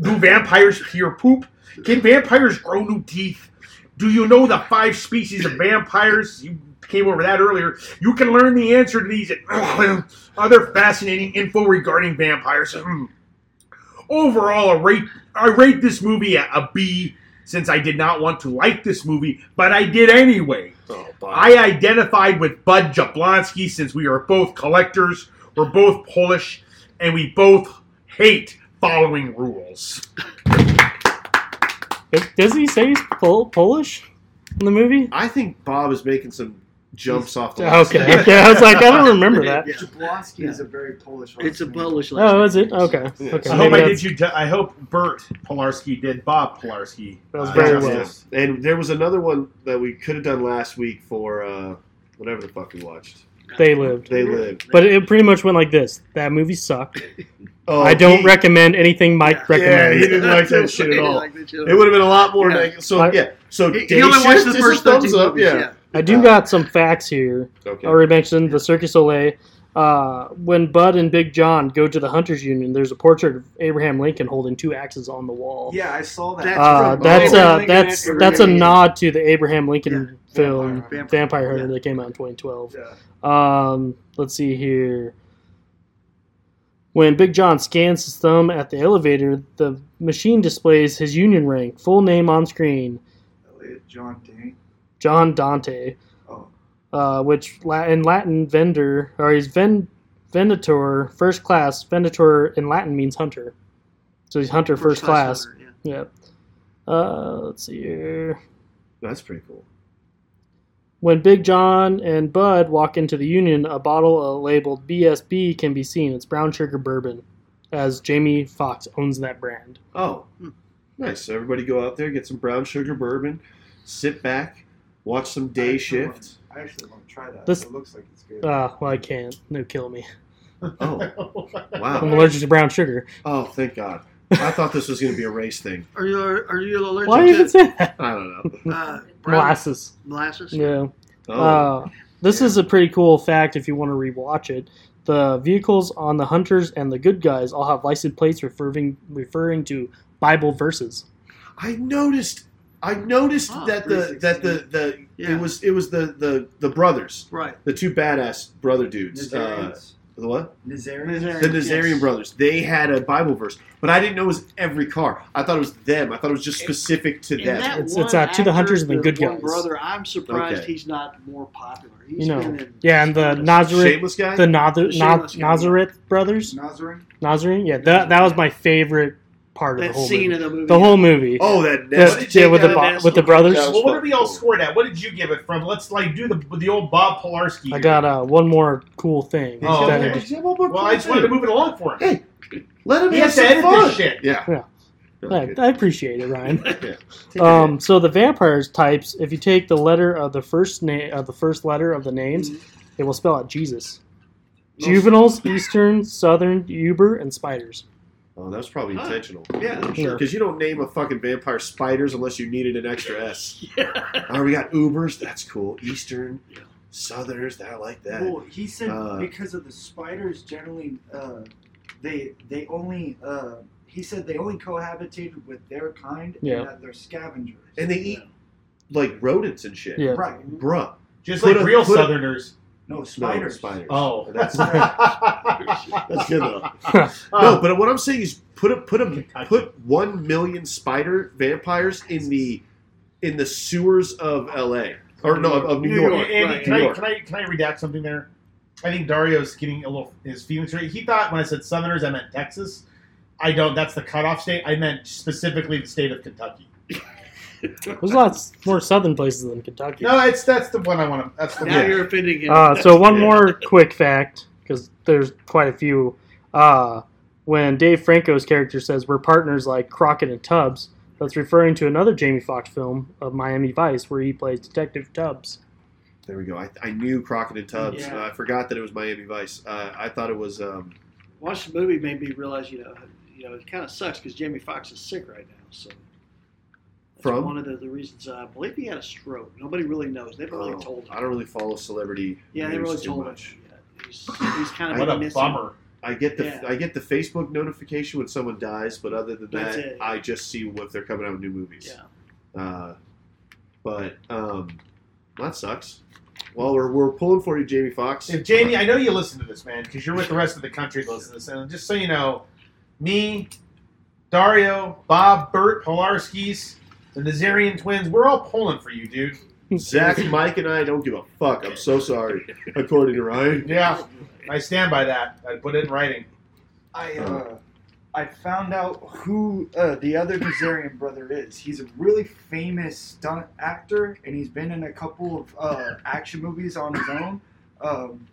S2: Do vampires peer poop? Can vampires grow new teeth? Do you know the five species of vampires? You came over that earlier. You can learn the answer to these and other fascinating info regarding vampires. Hmm. Overall, I rate, I rate this movie a, a B since I did not want to like this movie, but I did anyway.
S1: Oh, Bob.
S2: I identified with Bud Jablonski since we are both collectors, we're both Polish, and we both hate following rules.
S4: Does- Does he say he's Pol- Polish in the movie?
S1: I think Bob is making some jumps off the last
S4: Okay,
S1: name.
S4: yeah, I was like, I don't remember that.
S3: Yeah.
S6: Jablonski is a very Polish.
S3: It's a
S6: last name.
S3: Polish last
S4: Oh,
S3: name.
S4: is it? Okay,
S1: Yeah.
S4: okay.
S2: I
S4: maybe
S2: hope I
S4: that's-
S2: did you. ju- I hope Bert Polarski did Bob Polarski.
S4: That was
S1: Uh,
S4: very
S1: yeah,
S4: well.
S1: yes. And there was another one that we could have done last week for uh, whatever the fuck we watched.
S4: They lived,
S1: They live.
S4: but it pretty much went like this. That movie sucked.
S1: Oh,
S4: I don't
S1: he-
S4: recommend anything Mike
S3: Yeah.
S1: Yeah, he
S4: recommends.
S1: didn't like that shit at all. It would have been a lot more.
S3: Yeah.
S1: Like, so
S4: I-
S1: yeah. So
S3: He,
S1: Day
S3: he only
S1: Shift
S3: watched the
S1: is a
S3: first
S1: thumbs
S3: 13
S1: up.
S3: movies,
S1: Yeah.
S4: I do got some facts here.
S1: Okay.
S4: I already mentioned the Cirque du Soleil. Uh, when Bud and Big John go to the Hunters Union, there's a portrait of Abraham Lincoln holding two axes on the wall.
S6: Yeah, I saw that.
S3: That's
S4: Uh,
S3: from-
S4: that's
S3: Abraham
S4: uh,
S3: Lincoln
S4: that's
S3: after
S4: that's a
S3: Reagan.
S4: nod to the Abraham Lincoln film
S6: Vampire.
S4: Vampire,
S3: Vampire.
S4: Hunter
S3: Yeah.
S4: that came out in 2012.
S6: Yeah.
S4: Um, let's see here. When Big John scans his thumb at the elevator, the machine displays his union rank, full name on screen,
S6: Elliot John Dane.
S4: John Dante,
S6: Oh.
S4: uh, which la- in Latin vendor or he's ven- venator first class. Venator in Latin means hunter, so he's hunter first, class.
S3: Hunter, yeah.
S4: Yeah. Uh, let's see here.
S1: That's pretty cool.
S4: When Big John and Bud walk into the Union, a bottle uh, labeled BSB can be seen. It's brown sugar bourbon, as Jamie Foxx owns that brand.
S1: Oh,
S3: Hmm.
S1: nice. So everybody go out there, get some brown sugar bourbon, sit back, watch some day shift.
S6: I actually want to try that.
S4: This-
S6: it looks like it's good.
S4: Ah, well, I can't. They'll kill me.
S1: Oh,
S4: I'm
S1: wow.
S4: allergic to brown sugar.
S1: Oh, thank God. I thought this was going to be a race thing.
S3: Are you are you allergic
S4: Why
S3: to
S4: even say that?
S1: I don't know.
S3: uh, brown-
S4: Molasses.
S3: molasses?
S4: Yeah.
S1: Oh,
S4: Uh, this is a pretty cool fact if you want to rewatch it. The vehicles on the Hunters and the Good Guys all have license plates referring referring to Bible verses.
S1: I noticed. I noticed
S3: Ah,
S1: that the that the the
S3: Yeah.
S1: it was it was the the the brothers,
S3: Right.
S1: the two badass brother dudes. Uh,
S5: Nazarians.
S1: the what?
S5: Nazarians.
S2: Uh,
S1: The Nazarian brothers. They had a Bible verse, but I didn't know it was every car. I thought it was them. I thought it was just specific to
S3: And
S1: them.
S3: that
S4: It's-
S3: one
S4: it's, uh, to the hunters and the
S3: actor,
S4: good
S3: one
S4: guys.
S3: Brother, I'm surprised
S1: Okay.
S3: he's not more popular. He's
S4: You know.
S3: been in
S4: Yeah, and the Nazareth,
S1: Shameless guy.
S4: the Nazar,
S3: The shameless
S4: Naz,
S3: guy.
S4: Nazareth brothers,
S6: Nazarene?
S4: Nazarene. Yeah, that that was my favorite part of
S3: that
S4: the whole
S3: scene
S4: movie.
S3: of the movie.
S4: The whole movie.
S1: oh, that
S4: The-
S1: nasty.
S4: yeah, with the
S1: that
S4: bo-
S1: nasty-
S4: with the brothers.
S1: That was
S2: Well, what did
S1: fucking
S2: we all
S1: cool.
S2: score it at? What did you give it from? Let's like do the the old Bob Polarski.
S4: I got uh, one more cool thing.
S2: Oh,
S4: that
S2: okay.
S4: it-
S2: Well, I just wanted to move it along for him.
S1: Let him
S2: He
S1: have
S2: has to
S1: some
S2: edit
S1: fun.
S2: this shit.
S1: Yeah.
S4: Yeah.
S1: Okay.
S4: I, I appreciate it, Ryan.
S1: Take it in.
S4: Um, so the vampires types, if you take the letter of the first name of the first letter of the names, they will spell out Jesus. Juveniles, Eastern, Southern, Uber, and spiders.
S1: Oh, that was probably
S3: Huh.
S1: intentional.
S3: Yeah, I'm
S4: sure.
S1: Because you don't name a fucking vampire spiders unless you needed an extra S. Oh, we got Ubers. That's cool. Eastern, Southerners. I like that.
S6: Well, he said
S1: Uh,
S6: because of the spiders generally, uh, they they only uh, he said they only cohabitated with their kind
S4: Yeah.
S6: and that they're scavengers.
S1: And they eat like rodents and shit.
S4: Hmm. Yeah.
S6: right?
S1: Bruh.
S2: Just
S1: Put
S2: like
S1: a-
S2: real
S1: put a-
S2: Southerners.
S6: No
S1: No,
S6: spiders.
S1: spiders.
S2: Oh,
S1: That's, that's good enough.
S2: Uh,
S1: No, but what I'm saying is put a put a
S2: Kentucky.
S1: put one million spider vampires in the in the sewers of L.A. or no of, of New,
S3: New
S1: York.
S3: York.
S2: Andy,
S3: Right.
S2: can,
S1: New
S2: I,
S1: York.
S2: can I can I redact something there? I think Dario's getting a little his feelings right. He thought when I said Southerners, I meant Texas. I don't. That's the cutoff state. I meant specifically the state of Kentucky.
S4: There's lots more Southern places than Kentucky.
S2: No, it's that's the one I want to. That's the
S3: Now
S2: one.
S3: you're offending him.
S4: Uh, so one more quick fact, because there's quite a few. Uh, when Dave Franco's character says we're partners like Crockett and Tubbs, that's referring to another Jamie Foxx film of Miami Vice where he plays Detective Tubbs.
S1: There we go. I, I knew Crockett and Tubbs.
S6: Yeah.
S1: Uh, I forgot that it was Miami Vice. Uh, I thought it was. Um,
S3: Watch the movie made me realize, you know, you know, it kind of sucks because Jamie Foxx is sick right now. So that's
S1: From?
S3: one of the, the reasons uh, I believe he had a stroke. Nobody really knows. They haven't
S1: oh,
S3: really told him.
S1: I don't really follow celebrity.
S3: yeah, they
S1: news
S3: really
S1: too
S3: told
S1: much.
S3: him. Yeah, he's, he's kind of
S2: what
S3: been
S2: a
S3: missing.
S2: bummer.
S1: I get the
S3: Yeah.
S1: I get the Facebook notification when someone dies, but other than
S3: That's
S1: that,
S3: it.
S1: I just see what they're coming out with new movies.
S3: Yeah.
S1: Uh, but um, that sucks. Well, we're, we're pulling for you, Jamie Foxx.
S2: If Jamie, I know you listen to this, man, because you're with the rest of the country that listens to this. And just so you know, me, Dario, Bob, Bert, Polarskis, the Nazarian twins, we're all pulling for you, dude.
S1: Zach, Mike, and I don't give a fuck. I'm so sorry. According to Ryan,
S2: Yeah, I stand by that. I put it in writing.
S6: I
S1: Hmm.
S6: uh, I found out who uh, the other Kazarian brother is. He's a really famous stunt actor, and he's been in a couple of uh, action movies on his own. Um,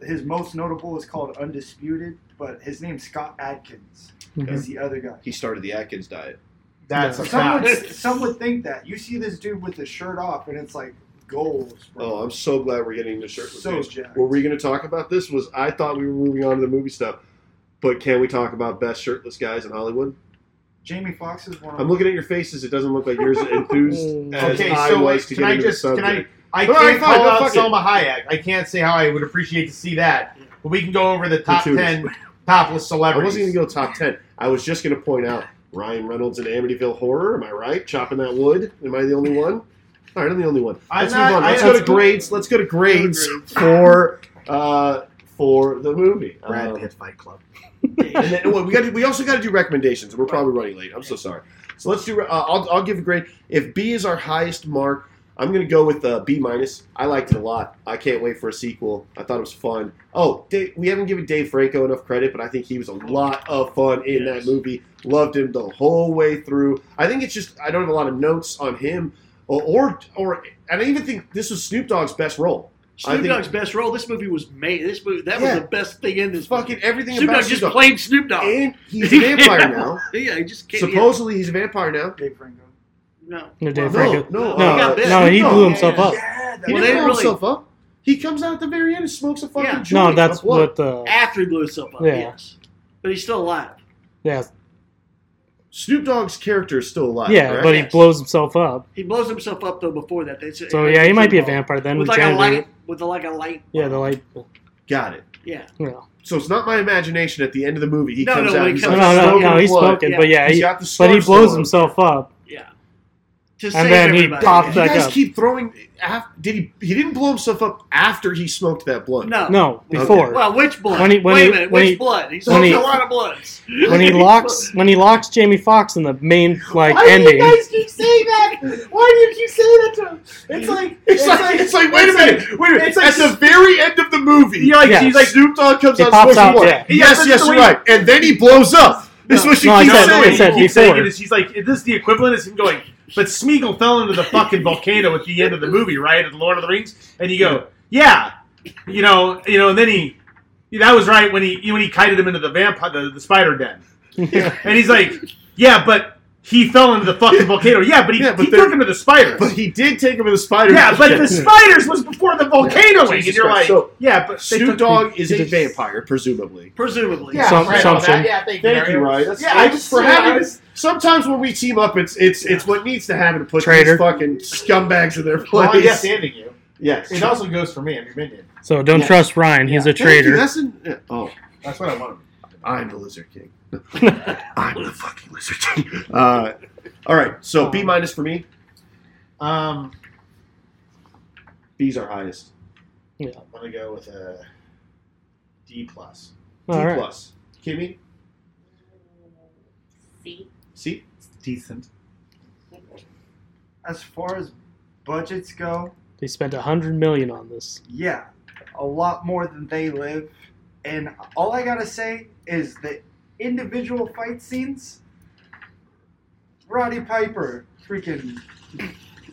S6: his most notable is called Undisputed, but his name's Scott Adkins. Is the other guy.
S1: he started the Atkins diet.
S2: That's a
S6: Some
S2: fact.
S6: would, some would think that you see this dude with the shirt off, and it's like goals,
S1: Oh,
S6: bro.
S1: I'm so glad we're getting the shirtless.
S6: so
S1: page.
S6: jacked.
S1: Were we going to talk about this? Was I thought we were moving on to the movie stuff, but can we talk about best shirtless guys in Hollywood?
S6: Jamie Foxx is one. Of
S1: I'm looking at your faces. It doesn't look like yours enthused as
S2: Okay,
S1: I
S2: so
S1: was
S2: wait,
S1: to
S2: can
S1: get
S2: I
S1: into
S2: just
S1: the
S2: can I?
S1: subject.
S2: I
S1: All
S2: can't
S1: right, fine,
S2: call
S1: no,
S2: out
S1: fuck it.
S2: Selma Hayek. I can't say how I would appreciate to see that, but we can go over the top
S1: Gratuitous.
S2: ten topless
S1: I
S2: celebrities.
S1: wasn't even going to go top ten. I was just going to point out Ryan Reynolds in Amityville Horror. Am I right? Chopping that wood. Am I the only one? All right, I'm the only one.
S2: I'm
S1: Let's
S2: not-
S1: move on.
S2: I
S1: Let's
S2: am-
S1: go to grades. Let's go to grades for uh, for the movie.
S2: Brad
S1: Um,
S2: Pitt Fight Club.
S1: and then well, we got we also got to do recommendations. We're probably running late. I'm so sorry. So let's do. Uh, I'll I'll give a grade. If B is our highest mark, I'm gonna go with uh, B minus. I liked it a lot. I can't wait for a sequel. I thought it was fun. Oh, Dave, we haven't given Dave Franco enough credit, but I think he was a lot of fun in that movie. Loved him the whole way through. I think it's just I don't have a lot of notes on him, or or, or and I even think this was Snoop Dogg's best role. I
S3: Snoop
S1: think-
S3: Dogg's best role. This movie was made. This movie that
S1: Yeah.
S3: was the best thing in this.
S1: Fucking everything
S3: movie. Snoop
S1: about
S3: Dogg
S1: Snoop
S3: just
S1: Dogg.
S3: played Snoop Dogg.
S1: And he's a vampire now.
S3: yeah, he just can't.
S1: Supposedly he's a vampire now.
S6: Dave Franco.
S3: yeah, no.
S4: No, Dave
S1: Oh, no,
S4: Franco.
S1: no,
S4: No,
S1: uh,
S4: no, he
S1: no,
S4: blew himself up.
S6: Yeah, had that.
S2: He
S3: Well,
S2: didn't
S3: they
S2: blow
S3: really-
S2: himself up. He comes out at the very end and smokes a fucking
S3: Yeah.
S2: joint
S4: No,
S2: of
S4: that's what the
S3: After he blew himself up,
S4: Yeah.
S3: yes. But he's still alive.
S4: yeah
S1: Snoop Dogg's character is still alive.
S4: yeah.
S1: correct?
S4: But he blows himself up.
S3: He blows himself up though before that. They said,
S4: So yeah, he might be a
S3: involved.
S4: vampire then.
S3: With like a
S4: Janet-
S3: light, with a, like a light.
S4: Yeah, the light.
S1: got it.
S3: Yeah.
S4: Yeah.
S1: So it's not my imagination. At the end of the movie, he
S3: No,
S1: comes
S3: no,
S1: out.
S3: when
S1: and
S3: he
S1: he's
S4: No,
S1: like,
S3: comes
S4: no, no,
S3: smoking
S4: no. He's
S1: blood.
S4: smoking, but yeah,
S1: He's
S4: he,
S1: got the
S4: but
S1: scar
S4: he
S1: still
S4: blows
S1: on.
S4: himself up.
S3: Yeah. To and
S4: then he pops
S1: You
S4: back
S1: guys
S4: up.
S1: keep throwing. af- Did he? He didn't blow himself up after he smoked that blood.
S3: No.
S4: No, before
S3: Well, which blood?
S4: When he- when
S3: Wait
S4: he-
S3: a minute,
S4: when
S3: which
S4: he-
S3: blood? He's
S4: when
S3: lost
S4: he-
S3: a lot of bloods.
S4: when he locks when he locks Jamie Fox in the main like ending.
S2: keep saying that? Why do you keep saying that to him? It's like
S1: It's, like, it's like wait a minute, wait a minute.
S2: it's like
S1: At the very end of the movie,
S2: You're like-
S4: Yeah.
S1: he's like Snoop Dogg comes
S4: He
S1: out
S4: pops
S1: smoking
S4: out,
S1: blood.
S4: yeah.
S1: Yes,
S2: Yeah,
S1: yes,
S2: but
S1: you're
S2: the way-
S1: right. And then he blows up. That's what she
S4: No, I
S1: keeps
S4: said-
S2: no,
S4: I
S1: saying.
S2: he
S4: said
S2: keeps saying it
S4: before.
S2: is he's like this is the equivalent is him going, but Smeagol fell into the fucking volcano at the end of the movie, right? At the Lord of the Rings, and you go, yeah, you know, you know, and then he. That was right when he when he kited him into the vampire the, the spider den, and he's like, "Yeah, but he fell into the fucking volcano. Yeah, but he,
S1: Yeah, but
S2: he
S1: there-
S2: took him to the spider.
S1: But he did take him to the spider.
S2: yeah, but the spiders was before the volcano, and
S1: Jesus
S2: you're
S1: Christ.
S2: like,
S1: So,
S2: yeah, but they
S1: Snoop
S2: took-
S1: Dogg is
S4: he
S1: a
S4: just-
S1: vampire, presumably.
S3: Presumably.
S2: Yeah,
S4: Some-
S2: right,
S4: something.
S2: all that. Yeah, thank,
S1: Thank you,
S2: Mario.
S1: Ryan. That's,
S2: Yeah,
S1: thanks
S2: I just-
S1: for
S2: yeah,
S1: having
S2: I
S1: this. Sometimes when we team up, it's it's it's what needs to happen to put
S4: Traitor.
S1: these fucking scumbags in their
S7: Well, I'm
S1: place.
S7: just ending you.
S1: Yes.
S7: It also goes for me. I'm your minion.
S4: So don't
S1: Yeah.
S4: trust Ryan. He's a
S1: Thank you,
S4: traitor.
S1: that's an- yeah, oh,
S7: That's what I want.
S1: I'm the Lizard King. I'm the fucking Lizard King. Uh, all right, so B minus for me.
S7: Um,
S1: B's our highest.
S7: I'm gonna go with a D plus.
S1: D
S4: All right.
S1: plus. Kimmy,
S5: See?
S1: C.
S2: decent.
S6: As far as budgets go,
S4: They spent a hundred million on this.
S6: yeah, a lot more than they live. And all I gotta say is the individual fight scenes. Roddy Piper, freaking,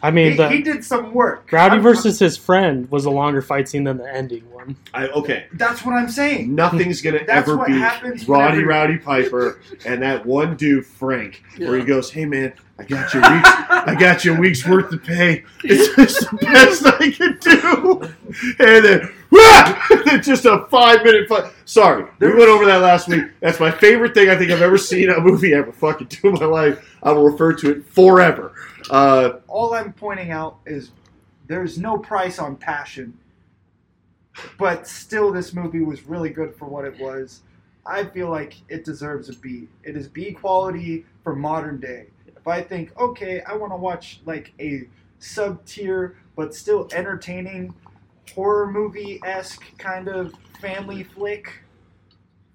S4: I
S6: he,
S4: mean,
S6: he
S4: the
S6: did some work.
S4: Rowdy
S6: I'm-
S4: versus his friend was a longer fight scene than the ending one.
S1: I okay.
S6: That's what I'm saying.
S1: Nothing's gonna
S6: That's
S1: ever
S6: what
S1: be
S6: happens
S1: Roddy
S6: whenever-
S1: Rowdy Piper and that one dude Frank, where he
S3: Yeah.
S1: goes, "Hey man, I got your week's, I got your week's worth of pay. It's just the best I can do." And then, "Wah!" just a five minute fight. Sorry, we went over that last week. That's my favorite thing I think I've ever seen in a movie ever fucking do in my life. I will refer to it forever. Uh,
S6: all I'm pointing out is there's no price on passion. But still, this movie was really good for what it was. I feel like it deserves a B. It is B quality for modern day. If I think, okay, I want to watch like a sub tier but still entertaining horror movie esque kind of family flick,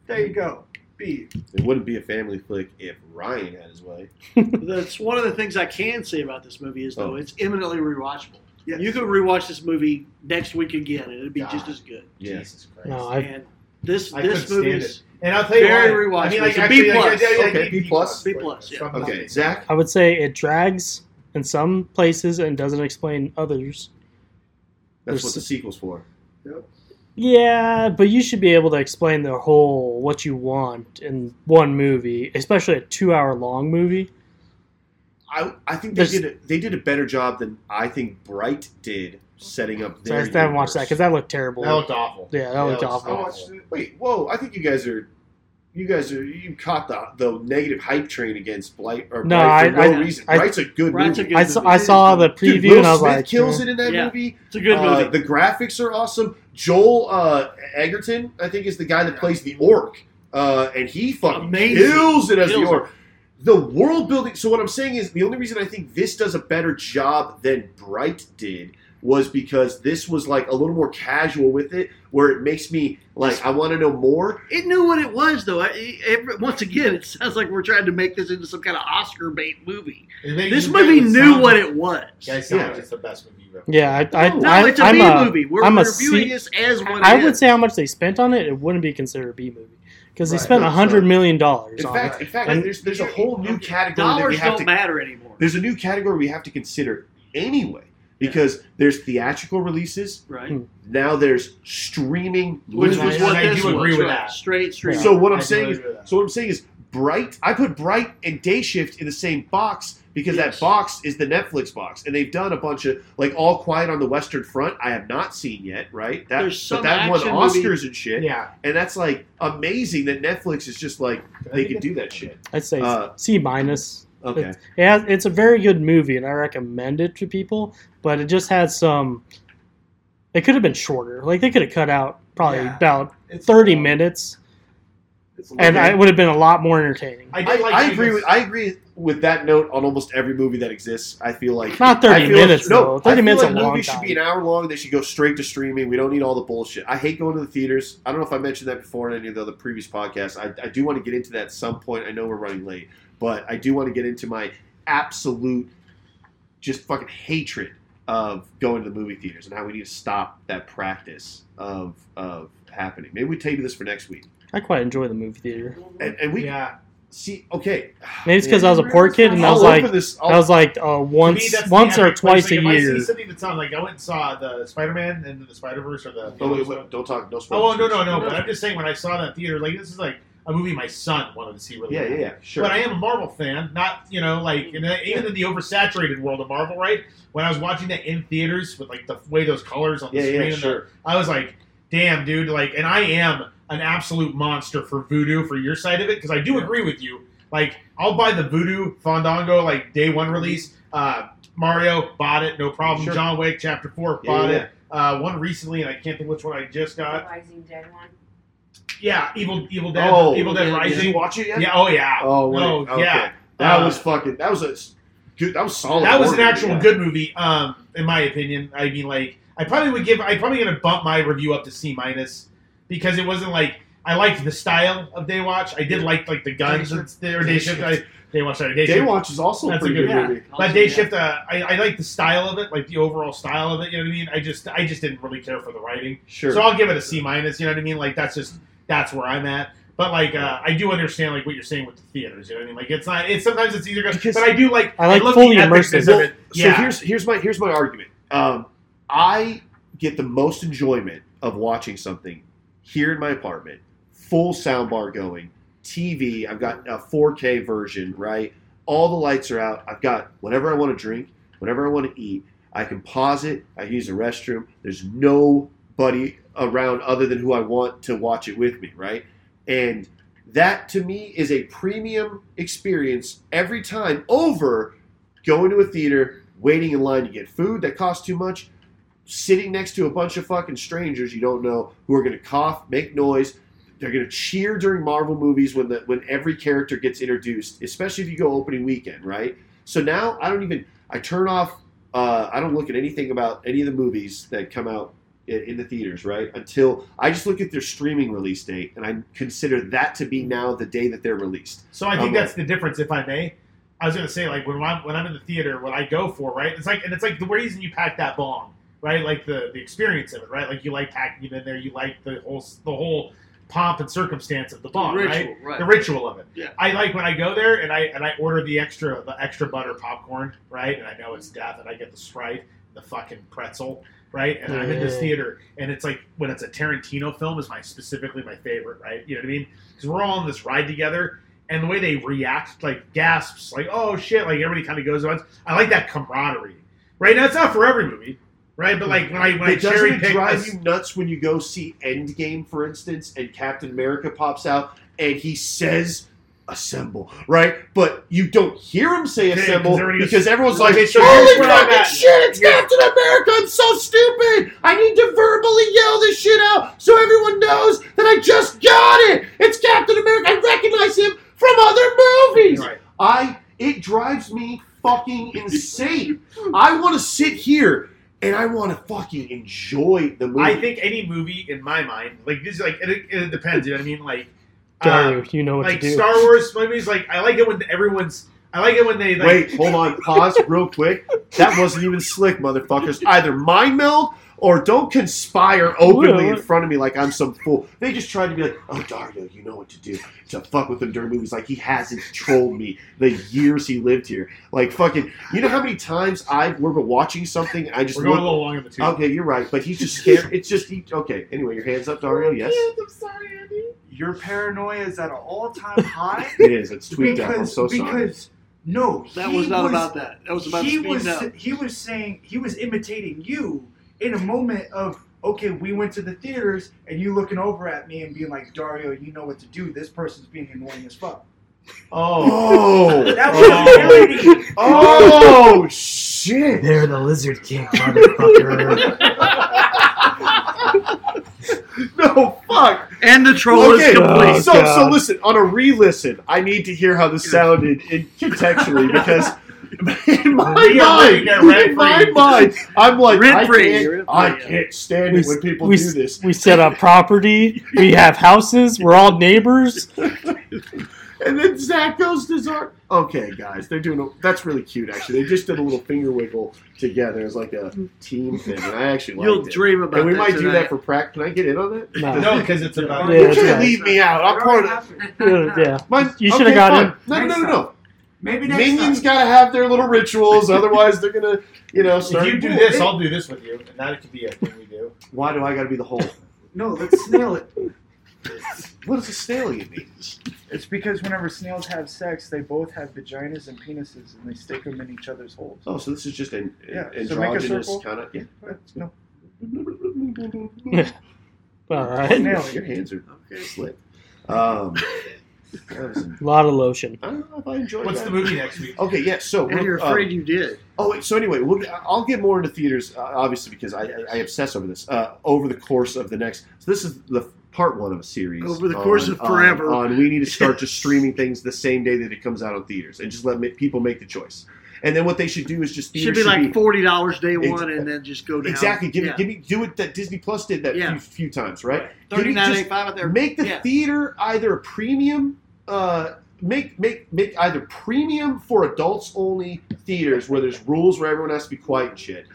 S6: there you go. B.
S1: it wouldn't be a family flick if Ryan had his way.
S3: That's one of the things I can say about this movie is though
S1: Oh.
S3: it's eminently rewatchable.
S6: Yes.
S3: You could rewatch this movie next week again, and it'd be
S7: God.
S3: just as good.
S1: Yes.
S7: Jesus Christ.
S4: No, I
S3: And this
S7: I
S3: this
S7: couldn't stand
S3: movie is
S7: And I'll tell you
S3: Very
S7: why. I mean,
S3: rewatchable.
S7: like,
S3: So B
S7: actually, like,
S3: plus.
S7: I- I- I- I
S1: Okay,
S7: need
S1: B plus.
S3: B plus, yeah.
S7: Something
S1: Okay,
S7: like that.
S1: Zach.
S4: I would say it drags in some places and doesn't explain others.
S1: That's
S4: There's-
S1: what the sequel's for.
S4: Yeah, but you should be able to explain the whole what you want in one movie, especially a two-hour-long movie.
S1: I, I think they
S4: There's-
S1: did a, they did a better job than I think Bright did setting up
S4: So
S1: their.
S4: I haven't watched that
S1: universe.
S4: because that looked terrible.
S7: That looked awful.
S4: yeah, that
S7: that
S4: looked
S7: looks-
S6: I
S4: awful.
S6: watched it.
S1: Oh. Wait, whoa! I think you guys are, you guys are you caught the the negative hype train against Blight or
S4: No,
S1: Blight for
S4: I-
S1: no
S4: I-
S1: reason.
S4: I-
S1: Bright's a good
S3: Bright's a
S1: movie.
S3: good
S4: I
S3: movie.
S4: saw, I saw the preview
S1: Dude, Will
S4: and I was
S1: Smith
S4: like,
S1: kills
S4: eh.
S1: it in that
S3: Yeah.
S1: movie.
S3: It's a good
S1: Uh,
S3: movie.
S1: the graphics are awesome. Joel uh, Egerton, I think, is the guy that plays the orc, uh, and he fucking
S3: Amazing.
S1: kills it as
S3: Kills
S1: the
S3: it.
S1: orc. The world building. So what I'm saying is, the only reason I think this does a better job than Bright did was because this was like a little more casual with it, where it makes me like I want to know more.
S3: It knew what it was, though. I, it- every- once again, it sounds like we're trying to make this into some kind of Oscar bait movie.
S7: It makes
S3: This
S7: you
S3: movie
S7: guys
S3: knew
S7: sound-
S3: what it was.
S7: You guys sound
S1: Yeah.
S7: like it's the best movie you've ever.
S4: Yeah, I, I,
S1: No,
S3: No,
S4: I,
S3: it's a
S4: I'm
S3: B
S4: a-
S3: movie. We're
S4: I'm a
S3: reviewing
S4: C-
S3: this as one.
S4: I would say how much they spent on it, it wouldn't be considered a B movie because they
S7: Right.
S4: spent
S1: No,
S4: a hundred
S1: so-
S4: million dollars
S1: In
S4: on
S1: fact,
S4: it.
S1: in fact,
S4: And-
S1: there's there's a whole new category that we
S3: dollars
S1: have
S3: don't
S1: to
S3: matter anymore.
S1: there's a new category we have to consider anyway because there's theatrical releases
S3: Right.
S4: Hmm.
S1: now there's streaming
S3: Which
S1: movies.
S3: was
S7: Yeah,
S3: what
S7: I
S3: this
S7: do agree
S3: was,
S7: with
S3: right.
S7: that.
S3: Straight, straight.
S1: so what i'm
S7: I do
S1: saying is
S7: agree with that.
S1: so what i'm saying is bright i put bright and day shift in the same box because
S3: Yes.
S1: that box is the Netflix box, and they've done a bunch of like All Quiet on the Western Front. I have not seen yet, right? That
S3: There's some
S1: but that won
S3: action movie-
S1: Oscars and shit,
S2: Yeah.
S1: and that's like amazing that Netflix is just like they could do that shit.
S4: I'd say
S1: Uh,
S4: C minus.
S1: Okay,
S4: It has, it's a very good movie, and I recommend it to people. But it just had some. It could have been shorter. Like they could have cut out probably
S6: Yeah.
S4: about
S6: It's
S4: thirty
S6: long.
S4: minutes,
S6: It's
S4: and
S6: long.
S4: I would have been a lot more entertaining.
S2: I,
S1: I,
S2: did like
S1: I agree
S2: Seamus.
S1: with I agree with that note on almost every movie that exists. I feel like
S4: Not thirty
S1: I feel
S4: minutes
S1: like,
S4: though.
S1: No, I
S4: Thirty
S1: feel
S4: minutes
S1: like
S4: a long
S1: movies
S4: time.
S1: should be an hour long. They should go straight to streaming. We don't need all the bullshit. I hate going to the theaters. I don't know if I mentioned that before in any of the other previous podcasts. I, I do want to get into that at some point. I know we're running late, but I do want to get into my absolute just fucking hatred of going to the movie theaters and how we need to stop that practice of of happening. Maybe we table this for next week.
S4: I quite enjoy the movie theater.
S1: And, and we
S2: Yeah.
S1: see okay.
S4: Maybe it's because I was a poor kid, and I
S1: I'll
S4: was like,
S1: open this-
S4: I
S1: I'll-
S4: was like uh,
S2: To
S4: once,
S2: me, that's the
S4: once or
S2: average place.
S4: twice a
S2: Like, if I
S4: year.
S2: see something that's on, like I went and saw the Spider Man and the Spider Verse or the.
S1: Oh, wait, wait, don't talk. No spoilers.
S2: Oh, well, no, no, no. But I'm just saying, when I saw that in theater, like this is like a movie my son wanted to see really.
S1: Yeah,
S2: bad.
S1: yeah, yeah. Sure.
S2: But I am a Marvel fan, not you know like in the, even in the oversaturated world of Marvel, right? When I was watching that in theaters with like the way those colors on the
S1: yeah,
S2: screen,
S1: yeah,
S2: and the-
S1: sure.
S2: I was like, damn, dude, like, and I am an absolute monster for voodoo for your side of it because I do agree with you. Like, I'll buy the voodoo Fandango like day one release. Uh, Mario bought it, no problem.
S1: Sure.
S2: John Wick Chapter Four
S1: Yeah,
S2: bought
S1: yeah,
S2: it. Uh, one recently, and I can't think which one I just got.
S5: Rising Dead one.
S2: Yeah, Evil Evil Dead
S1: oh,
S2: Evil Dead
S1: did
S2: Rising.
S1: you watch it yet?
S2: Yeah, oh yeah.
S1: Oh, wait.
S2: Oh,
S1: okay.
S2: yeah.
S1: That
S2: Uh,
S1: was fucking. That was a dude. That was solid.
S2: that was an
S1: order,
S2: actual
S1: Oh, yeah.
S2: good movie, um, in my opinion. I mean, like, I probably would give. I'm probably gonna bump my review up to C minus because it wasn't like I liked the style of Day Watch. I did like like the guns
S1: Day
S2: and st- or Day Shift. I, Day Watch, sorry, Day,
S1: Day
S2: Shift.
S1: Watch is also a
S2: That's a
S1: pretty
S2: good
S1: good,
S6: one.
S1: movie.
S2: But Day Shift, uh, I, I like the style of it, like the overall style of it. You know what I mean? I just I just didn't really care for the writing.
S1: Sure.
S2: So I'll give it a C minus. You know what I mean? Like that's just that's where I'm at. But like uh, I do understand like what you're saying with the theaters. You know what I mean? Like it's not. It's sometimes it's either. Gonna,
S1: Because-
S2: but I do like.
S4: I like
S2: love
S4: fully
S2: the
S4: immersive.
S2: epicness of it.
S1: So
S2: Yeah.
S1: here's here's my here's my argument. Um, I get the most enjoyment of watching something here in my apartment, full sound bar going, TV. I've got a 4K version, right? All the lights are out. I've got whatever I want to drink, whatever I want to eat. I can pause it. I can use the restroom. There's nobody around other than who I want to watch it with me, right? And that to me is a premium experience every time over going to a theater, waiting in line to get food that costs too much, sitting next to a bunch of fucking strangers you don't know who are going to cough, make noise. They're going to cheer during Marvel movies when the when every character gets introduced, especially if you go opening weekend, right? So now I don't even I turn off. Uh, I don't look at anything about any of the movies that come out in, in the theaters, right? Until I just look at their streaming release date, and I consider that to be now the day that they're released.
S2: So I think
S1: Um,
S2: that's the difference, if I may. I was gonna say like when I'm when I'm in the theater, what I go for, right? It's like and it's like the reason you pack that bong, right? Like the the experience of it, right? Like you like packing it in there, you like the whole the whole pomp and circumstance of the bong, right?
S3: Ritual, right?
S2: the ritual of it.
S3: Yeah.
S2: I like when I go there and I and I order the extra the extra butter popcorn, right? And I know it's death, and I get the sprite, the fucking pretzel, right? And I'm in this
S4: Yeah.
S2: theater, and it's like when it's a Tarantino film is my specifically my favorite, right? You know what I mean? Because we're all on this ride together, and the way they react, like gasps, like oh shit, like everybody kind of goes on. I like that camaraderie, right? Now it's not for every movie, right? But like when I when I
S1: But doesn't
S2: cherry
S1: it
S2: pick,
S1: drive you nuts when you go see Endgame, for instance, and Captain America pops out and he says "assemble," right? But you don't hear him say
S2: Yeah, 'cause
S1: "assemble"
S2: everybody
S1: because
S2: goes,
S1: everyone's
S2: "Okay,
S1: like,
S2: so
S1: "Holy
S2: here's where I'm
S1: fucking
S2: at."
S1: shit! It's
S2: Yeah.
S1: Captain America! I'm so stupid! I need to verbally yell this shit out so everyone knows that I just got it! It's Captain America! I recognize him from other movies."
S2: Right.
S1: I it drives me fucking insane. I want to sit here and I want to fucking enjoy the movie.
S2: I think any movie in my mind, like this, is like it, it depends. You know what I mean? Like, uh,
S4: Go, you know what
S2: like
S4: to do.
S2: Star Wars movies. Like, I like it when everyone's. I like it when they like.
S1: Wait, hold on, pause real quick. That wasn't even slick, motherfuckers. Either mind meld or don't conspire openly in front of me like I'm some fool. They just tried to be like, oh, Dario, you know what to do to fuck with him during movies. Like, he hasn't trolled me the years he lived here. Like, fucking, you know how many times I were watching something and I just
S2: we're going a
S1: looked-
S2: little long in the tooth.
S1: Okay, you're right, but he's just scared. It's just he. Okay. Anyway, your hands up, Dario. Yes,
S2: I'm sorry, Andy.
S6: Your paranoia is at an all-time high.
S1: it is. It's tweaked out. I'm so sorry.
S6: because No,
S3: That
S6: he
S3: was not about that. That was about
S6: he
S3: speeding
S6: was
S3: up.
S6: he was saying he was imitating you in a moment of okay, we went to the theaters and you looking over at me and being like Dario, you know what to do. This person's being annoying as fuck.
S2: Oh,
S1: Oh.
S6: That was parody.
S1: Oh shit!
S8: They're the Lizard King, motherfucker.
S1: No fuck.
S3: And the troll is complete.
S1: so so
S4: God.
S1: listen on a re-listen. I need to hear how this sounded in contextually because in my
S2: We are
S1: mind,
S2: reading it rent
S1: in my
S2: free.
S1: mind, I'm like I
S3: Rent free,
S1: can't,
S3: rent
S1: I
S3: free, yeah.
S1: can't stand
S4: We
S1: it
S4: s-
S1: when people
S4: we
S1: do
S4: s-
S1: this.
S4: We set up property. We have houses. We're all neighbors.
S1: And then Zach goes to Zark. Okay, guys, they're doing. A, that's really cute, actually. They just did a little finger wiggle together as like a team thing, and I actually liked
S3: You'll
S1: it.
S3: dream about
S1: and we
S3: that
S1: might do
S3: tonight.
S1: that for practice. Can I get in on that?
S4: No.
S2: no, because it's about.
S4: Yeah,
S1: you
S4: that's
S1: can't
S4: right.
S1: leave me out. I'm
S6: It
S1: part
S6: already
S1: of.
S6: happened.
S4: Uh, yeah.
S1: My,
S4: You shoulda got
S1: fine.
S4: in.
S1: No, no, no, no.
S6: Maybe next
S1: Minions
S6: time.
S1: gotta have their little rituals, otherwise they're gonna, you know,
S2: If
S1: start.
S2: you do this, I'll do this with you, and that could be a thing we do.
S1: Why do I gotta be the whole?
S6: No, let's snail it.
S1: What does a snail even mean?
S7: It's because whenever snails have sex, they both have vaginas and penises, and they stick them in each other's holes.
S1: Oh, so this is just an an
S7: Yeah, so make a
S1: androgynous
S7: circle.
S1: kind of. Yeah.
S7: No,
S4: All right.
S7: snail.
S1: Your hands are slick. Um, that was-
S4: A lot of lotion.
S1: I don't know if I enjoyed
S2: What's
S1: that.
S2: the movie next week?
S1: Okay, yeah. So
S3: And you're
S1: uh,
S3: afraid you did.
S1: Oh wait. So anyway, we'll, I'll get more into theaters, uh, obviously, because I, I, I obsess over this uh, over the course of the next. So this is the part one of a series.
S3: Over the course of forever.
S1: On, we need to start just streaming things the same day that it comes out on theaters, and just let ma- people make the choice. And then what they should do is just
S3: Should
S1: theaters
S3: be like forty dollars day
S1: Ex-
S3: one, and then just go down.
S1: exactly give
S3: yeah.
S1: it, give me do it that Disney Plus did that
S3: Yeah.
S1: few, few times, right? Give me
S3: thirty nine
S1: just-
S3: eighty five out there.
S1: make the
S3: yeah.
S1: theater either a premium uh, make make make either premium for adults only theaters where there's rules where everyone has to be quiet and shit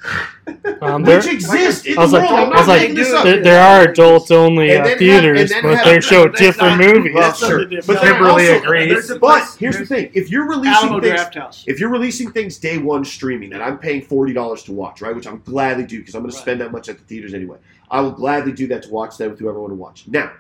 S4: Um, there,
S1: which exist in
S4: I was
S1: the
S4: like,
S1: world
S4: I
S1: I'm not
S4: was like,
S1: making this up
S4: there, there are adults only
S1: And then
S4: uh,
S1: have-
S4: theaters,
S1: and then
S4: but
S1: have-
S4: they show
S3: that's
S4: different
S3: not-
S4: movies.
S1: Well,
S3: That's
S1: sure.
S3: something different.
S1: but then
S2: Kimberly
S1: also,
S2: agrees.
S1: there's a-
S3: place-
S1: but here's the thing if you're
S3: Alamo
S1: releasing things
S3: Draft House.
S1: if you're releasing things day one streaming that I'm paying forty dollars to watch, right, which I'm gladly do because I'm going
S3: Right.
S1: to spend that much at the theaters anyway. I will gladly do that to watch that with whoever I want to watch. Now,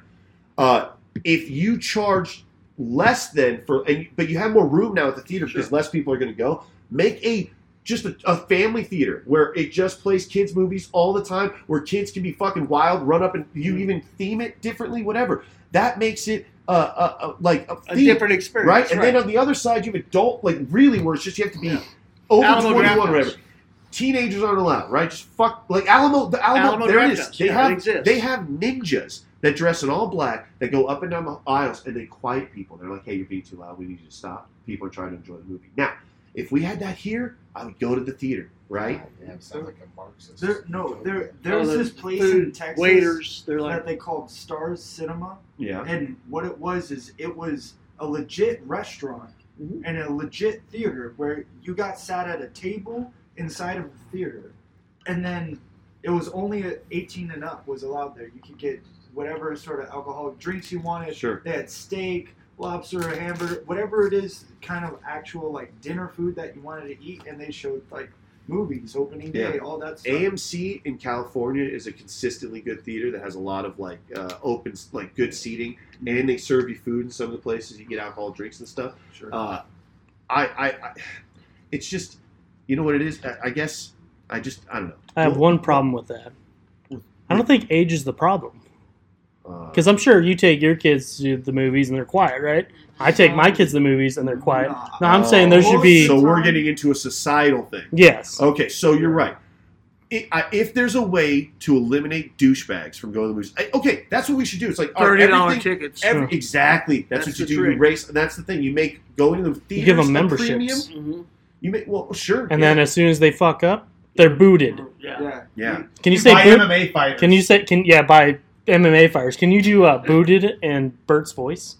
S1: uh, if you charge less than for, and, but you have more room now at the theater because less people are going to go, make a just a, a family theater where it just plays kids movies all the time, where kids can be fucking wild, run up, and
S3: Mm.
S1: you even theme it differently, whatever. That makes it uh, uh, uh, like a,
S3: A
S1: theme-
S3: different experience,
S1: right? And then on the other side, you have adult, like really, where it's just you have to be over
S3: Alamo Draft
S1: 21,
S3: House.
S1: whatever. Teenagers aren't allowed, right? Just fuck, like Alamo, the Alamo,
S3: Alamo
S1: there it is.
S3: Draft House,
S1: They
S3: yeah, it
S1: have,
S3: exists.
S1: they have ninjas that dress in all black that go up and down the aisles and they quiet people. They're like, hey, you're being too loud. We need you to stop. People are trying to enjoy the movie. Now, if we had that here, I would go to the theater, right?
S7: Yeah, sounds like a Marxist.
S6: There, no, there,
S3: Oh,
S6: there's
S3: the
S6: this place
S3: food,
S6: in Texas
S3: waiters. They're like
S6: that they called Stars Cinema,
S1: Yeah.
S6: and what it was is it was a legit restaurant
S3: Mhm.
S6: and a legit theater where you got sat at a table inside of the theater, and then it was only 18 and up was allowed there. You could get whatever sort of alcoholic drinks you wanted.
S1: Sure.
S6: They had steak, lobster, hamburger, whatever it is, kind of actual like dinner food that you wanted to eat, and they showed like movies, opening
S1: Yeah.
S6: day, all that stuff.
S1: AMC in California is a consistently good theater that has a lot of like uh, open, like good seating, and they serve you food in some of the places. You get alcohol, drinks, and stuff.
S6: Sure.
S1: Uh, I, I, I, it's just, you know what it is. I, I guess I just, I don't know.
S4: I have one problem with that. I don't think age is the problem.
S1: Uh,
S4: Because I'm sure you take your kids to the movies and they're quiet, right? I take my kids to the movies and they're quiet. No, I'm saying there should be.
S1: Oh, So Oh, we're getting into a societal thing.
S4: Yes.
S1: Okay, so you're right. I- I- If there's a way to eliminate douchebags from going to the movies, I- okay, that's what we should do. It's like all right,
S3: thirty dollar
S1: everything-
S3: tickets.
S1: Every, exactly. That's,
S3: That's
S1: what
S3: the
S1: you do.
S3: trick.
S1: You race. That's the thing. You make going to the theaters.
S4: You give them
S1: a
S4: memberships.
S1: premium.
S3: Mhm.
S1: You make well, sure.
S4: And then as soon as they fuck up, they're booted.
S3: Yeah.
S6: Yeah.
S1: yeah,
S4: Can you
S2: You
S4: say
S2: buy
S4: boot?
S2: MMA fighters.
S4: Can you say can yeah by MMA fighters? Can you do uh, booted and Bert's voice?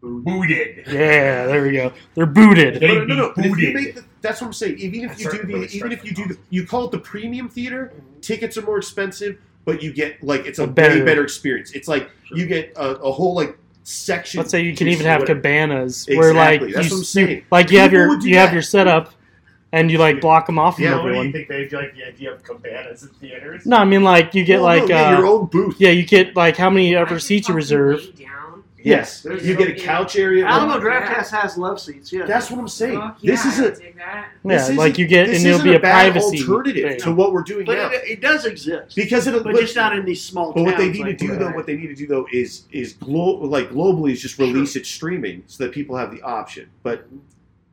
S2: booted?
S4: Yeah, there we go. They're booted.
S2: They
S1: no, no, no.
S2: be
S1: But if you
S2: booted.
S1: make the, that's what I'm saying. Even if you do
S2: Starting to
S1: the,
S2: really
S1: even
S2: strike
S1: if
S2: me
S1: you do
S2: now.
S1: the, you call it the premium theater. Tickets are more expensive, but you get like it's a,
S4: A
S1: better, way
S4: better-
S1: better experience. It's like you get a, a whole like section.
S4: Let's say you can even have
S1: Whatever.
S4: cabanas
S1: Exactly.
S4: where like you,
S1: that's what I'm saying.
S4: like you have
S1: People
S4: your
S1: would do
S4: you have
S1: that.
S4: your setup, and you like block them off from
S1: Yeah,
S2: What do you
S4: everyone.
S2: think they like the idea of cabanas in theaters?
S4: No, I mean like you get
S1: Well, no,
S4: like
S1: yeah,
S4: uh,
S1: your own booth.
S4: yeah you get like how many
S5: I
S4: ever
S5: just
S4: seats you
S5: fucking
S4: reserve,
S5: lay down
S2: Yes,
S5: There's
S2: you get a
S5: something-
S2: couch area. like-
S3: Alamo Draft House has love seats. Yeah.
S2: that's what I'm saying.
S5: Fuck yeah,
S2: This is
S5: I
S2: a
S5: dig that.
S4: Yeah,
S2: this
S4: like
S2: isn't-
S4: you get,
S2: this
S4: and it'll
S2: isn't
S4: be
S2: a
S4: a
S2: bad
S4: privacy
S2: alternative
S4: thing.
S2: to what we're doing
S3: but
S2: now.
S3: it, it does exist.
S2: because it,
S3: but just not in these small
S1: But
S3: towns.
S1: what they need to
S3: like
S1: do
S3: that.
S1: though, what they need to do though, is is glo- like globally is just release it streaming so that people have the option. But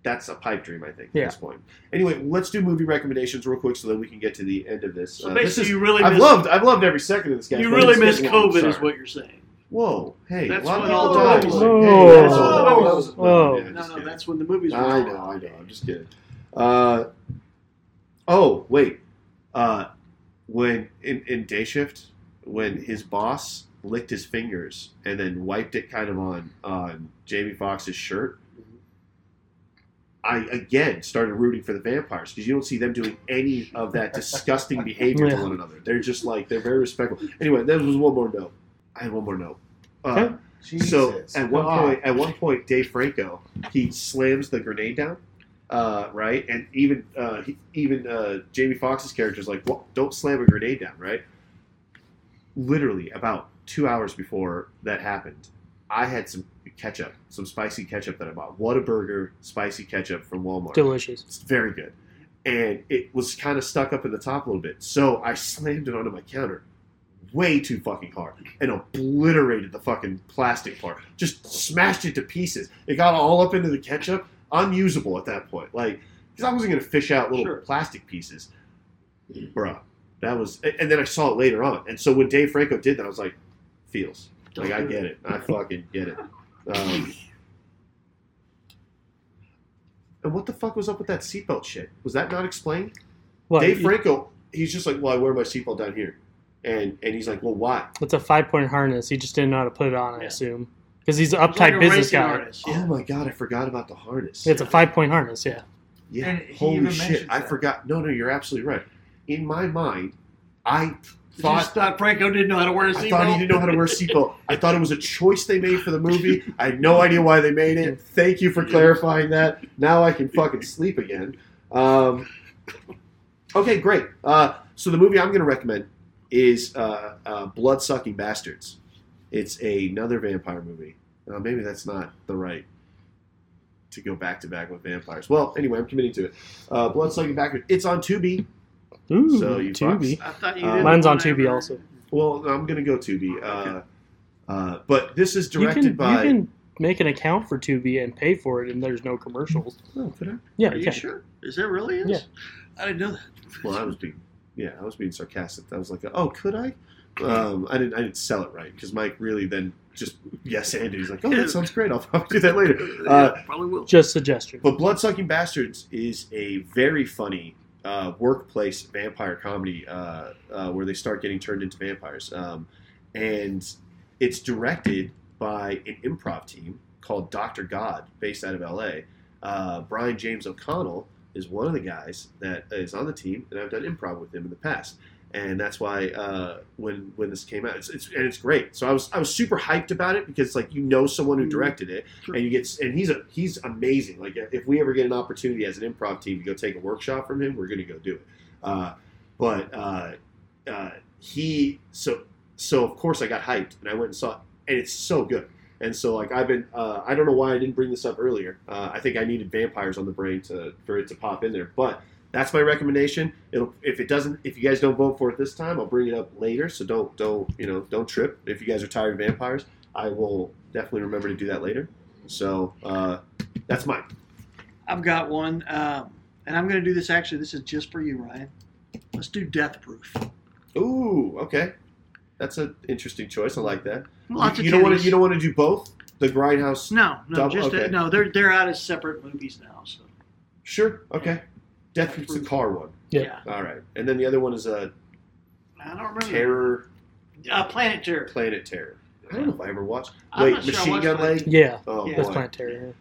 S1: that's a pipe dream, I think,
S4: Yeah.
S1: at this point. Anyway, let's do movie recommendations real quick so that we can get to the end of this.
S3: So
S1: Uh, this
S3: basically,
S1: is,
S3: you really
S1: I've
S3: miss,
S1: loved I've loved every second of this guy.
S3: you
S1: but
S3: really
S1: it's
S3: miss
S1: getting long.
S3: COVID, is
S1: Sorry.
S3: what you're saying.
S1: Whoa, hey,
S3: That's
S1: a lot of
S3: when
S1: people
S3: all
S1: died.
S3: the-
S1: Like, hey,
S4: Whoa.
S1: that's all-
S3: Whoa.
S1: that
S4: Whoa.
S1: was- yeah,
S3: No,
S1: just
S3: no,
S1: kidding.
S3: that's when the movies. Were
S1: I know, I know. I'm just kidding. Uh, oh wait, uh, when in, in day shift, when his boss licked his fingers and then wiped it kind of on on Jamie Foxx's shirt, I again started rooting for the vampires because you don't see them doing any of that disgusting behavior to
S4: Yeah.
S1: one another. They're just like they're very respectful. Anyway, that was one more note. I had one more note. Uh,
S4: Okay.
S7: Jesus.
S1: so at one
S7: God.
S1: point, at one point, Dave Franco he slams the grenade down, uh, right? And even uh, he, even uh, Jamie Foxx's character is like, well, "Don't slam a grenade down," right? Literally about two hours before that happened, I had some ketchup, some spicy ketchup that I bought. Whataburger spicy ketchup from Walmart.
S4: Delicious.
S1: It's very good. And it was kind of stuck up at the top a little bit. So I slammed it onto my counter way too fucking hard and obliterated the fucking plastic part. Just smashed it to pieces. It got all up into the ketchup. Unusable at that point. Like, because I wasn't going to fish out little
S3: Sure.
S1: plastic pieces. Bruh. That was, and and then I saw it later on. And so when Dave Franco did that, I was like, feels. Like, I get it. I fucking get it. Um, and what the fuck was up with that seatbelt shit? Was that not explained?
S4: What,
S1: Dave
S4: you-
S1: Franco, he's just like, well, I wear my seatbelt down here. And and he's like, well, why?
S4: it's a five point harness. He just didn't know how to put it on, I
S3: Yeah.
S4: assume, because he's an uptight business guy.
S1: Oh my God, I forgot about the harness.
S4: It's a five point harness. Yeah.
S1: yeah.
S7: And he
S1: Holy
S7: even
S1: shit,
S7: mentions
S1: I
S7: that.
S1: forgot. No, no, you're absolutely right. In my mind, I
S3: Thought,
S1: thought
S3: thought Franco didn't know how to wear a
S1: I
S3: seatbelt.
S1: thought he didn't know how to wear a seatbelt. I thought it was a choice they made for the movie. I had no idea why they made it. Thank you for clarifying that. Now I can fucking sleep again. Um, okay, great. Uh, so the movie I'm going to recommend is uh, uh, Blood Sucking Bastards. It's another vampire movie. Uh, maybe that's not the right to go back to back with vampires. Well, anyway, I'm committing to it. Uh, Blood Sucking Bastards. It's on Tubi.
S4: Ooh,
S1: So you
S4: Tubi.
S3: I thought you
S1: Uh,
S3: didn't
S4: Mine's on
S3: want to
S4: Tubi
S3: ever-
S4: also.
S1: Well, I'm going to go Tubi. Uh, uh, but this is
S4: You
S1: directed
S4: can
S1: by.
S4: you can make an account for Tubi and pay for it, and there's no commercials.
S1: Oh, could I?
S4: Yeah,
S3: Are
S4: you
S3: you
S4: can.
S3: sure? Is there really is?
S4: Yeah.
S3: I didn't know that.
S1: Well, I was being, yeah, I was being sarcastic. I was like, oh, could I? Um, I didn't, I didn't sell it right because Mike really then just yes and he's like, oh, that sounds great. I'll probably do that later. Uh,
S3: Probably will.
S4: Just suggestion.
S1: but Bloodsucking Bastards is a very funny uh, workplace vampire comedy uh, uh, where they start getting turned into vampires, um, and it's directed by an improv team called Doctor God, based out of L.A. Uh, Brian James O'Connell is one of the guys that is on the team, and I've done improv with him in the past, and that's why uh, when when this came out, it's, it's and it's great. So I was I was super hyped about it because like you know someone who directed it, and you get and he's a he's amazing. Like if we ever get an opportunity as an improv team to go take a workshop from him, we're gonna go do it. Uh, but uh, uh, he so so of course I got hyped and I went and saw it, and it's so good. And so like I've been uh, I don't know why I didn't bring this up earlier. Uh, I think I needed vampires on the brain to for it to pop in there, but. That's my recommendation. It'll if it doesn't if you guys don't vote for it this time, I'll bring it up later. So don't don't you know don't trip. If you guys are tired of vampires, I will definitely remember to do that later. So uh, that's mine.
S3: I've got one, um, and I'm going to do this. Actually, this is just for you, Ryan. Let's do Death Proof.
S1: Ooh, okay, that's an interesting choice. I like that.
S3: Lots
S1: you,
S3: of
S1: you don't want
S3: titties.
S1: to you don't want to do both the grindhouse.
S3: No, no,
S1: Double-
S3: just uh,
S1: okay.
S3: no. They're they're out as separate movies now. So
S1: Sure, okay. Death Proof's the car one.
S4: Yeah.
S1: All right, and then the other one is uh, a
S3: I don't remember.
S1: Terror
S3: Uh, Planet Terror.
S1: Planet Terror. I don't know if I ever watched.
S3: I'm
S1: Wait,
S3: not sure I
S1: Machine
S3: watched
S1: Gun
S3: Planet
S1: Lake.
S4: Yeah,
S1: Oh
S3: Yeah.
S4: that's
S1: boy,
S4: planetary.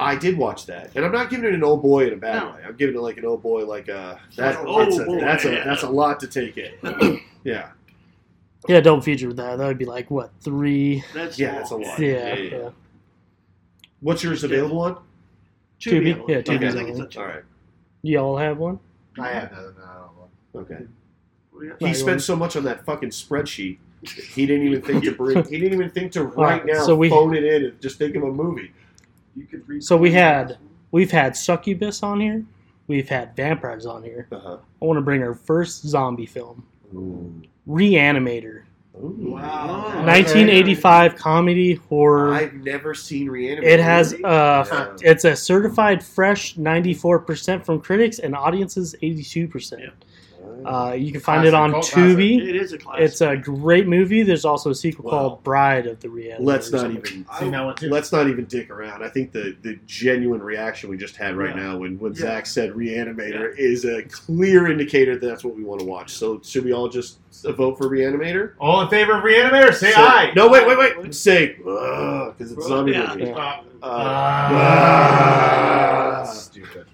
S1: I did watch that, and I'm not giving it an old boy in a bad
S3: No.
S1: way. I'm giving it like an old boy, like uh, that,
S3: Oh,
S1: that's, a,
S3: boy,
S1: that's a
S3: yeah.
S1: that's a lot to take in. yeah,
S4: Yeah, don't feature with that. That would be like what three?
S3: That's
S1: Yeah,
S3: all.
S1: that's a lot.
S4: Yeah,
S1: Yeah, yeah,
S4: yeah,
S1: yeah. What's yours
S3: Okay.
S1: available on?
S3: Tubi,
S4: Tubi?
S3: I
S4: Yeah,
S3: believe.
S1: Tubi's
S3: I think
S4: on
S3: it's on
S1: All
S3: Tubi.
S1: right.
S4: Y'all have one.
S8: I have none. I don't know.
S1: Okay.
S3: We got-
S1: He
S4: Right, um,
S1: spent so much on that fucking spreadsheet He didn't even think to bring. He didn't even think to right
S4: Alright,
S1: now
S4: so we-
S1: phone it in and just think of a movie.
S6: You could read.
S4: So we had we've had succubus on here, we've had vampires on here.
S1: Uh-huh.
S4: I want to bring our first zombie film, Reanimator,
S3: Wow.
S4: 1985 comedy horror.
S1: I've never seen Reanimator.
S4: It has uh,
S1: Yeah.
S4: it's a certified fresh 94% from critics and audiences 82%. Uh, you can find it on
S2: Classic, cult
S4: Tubi.
S3: It is a classic.
S4: It's a great movie. There's also a sequel
S1: Wow.
S4: called Bride of the Reanimator.
S1: let's not even.
S2: Seen that one too.
S1: Let's not even dick around. I think the, the genuine reaction we just had right
S3: Yeah.
S1: now when, when
S6: Yeah.
S1: Zach said Reanimator is a clear indicator that that's what we want to watch. So should we all just uh, vote for Reanimator?
S2: All in favor of Reanimator, say
S1: So-
S2: aye.
S1: No, wait, wait, wait. Say because it's a zombie
S3: Yeah.
S1: movie.
S2: Uh,
S1: Uh,
S2: uh,
S1: stupid.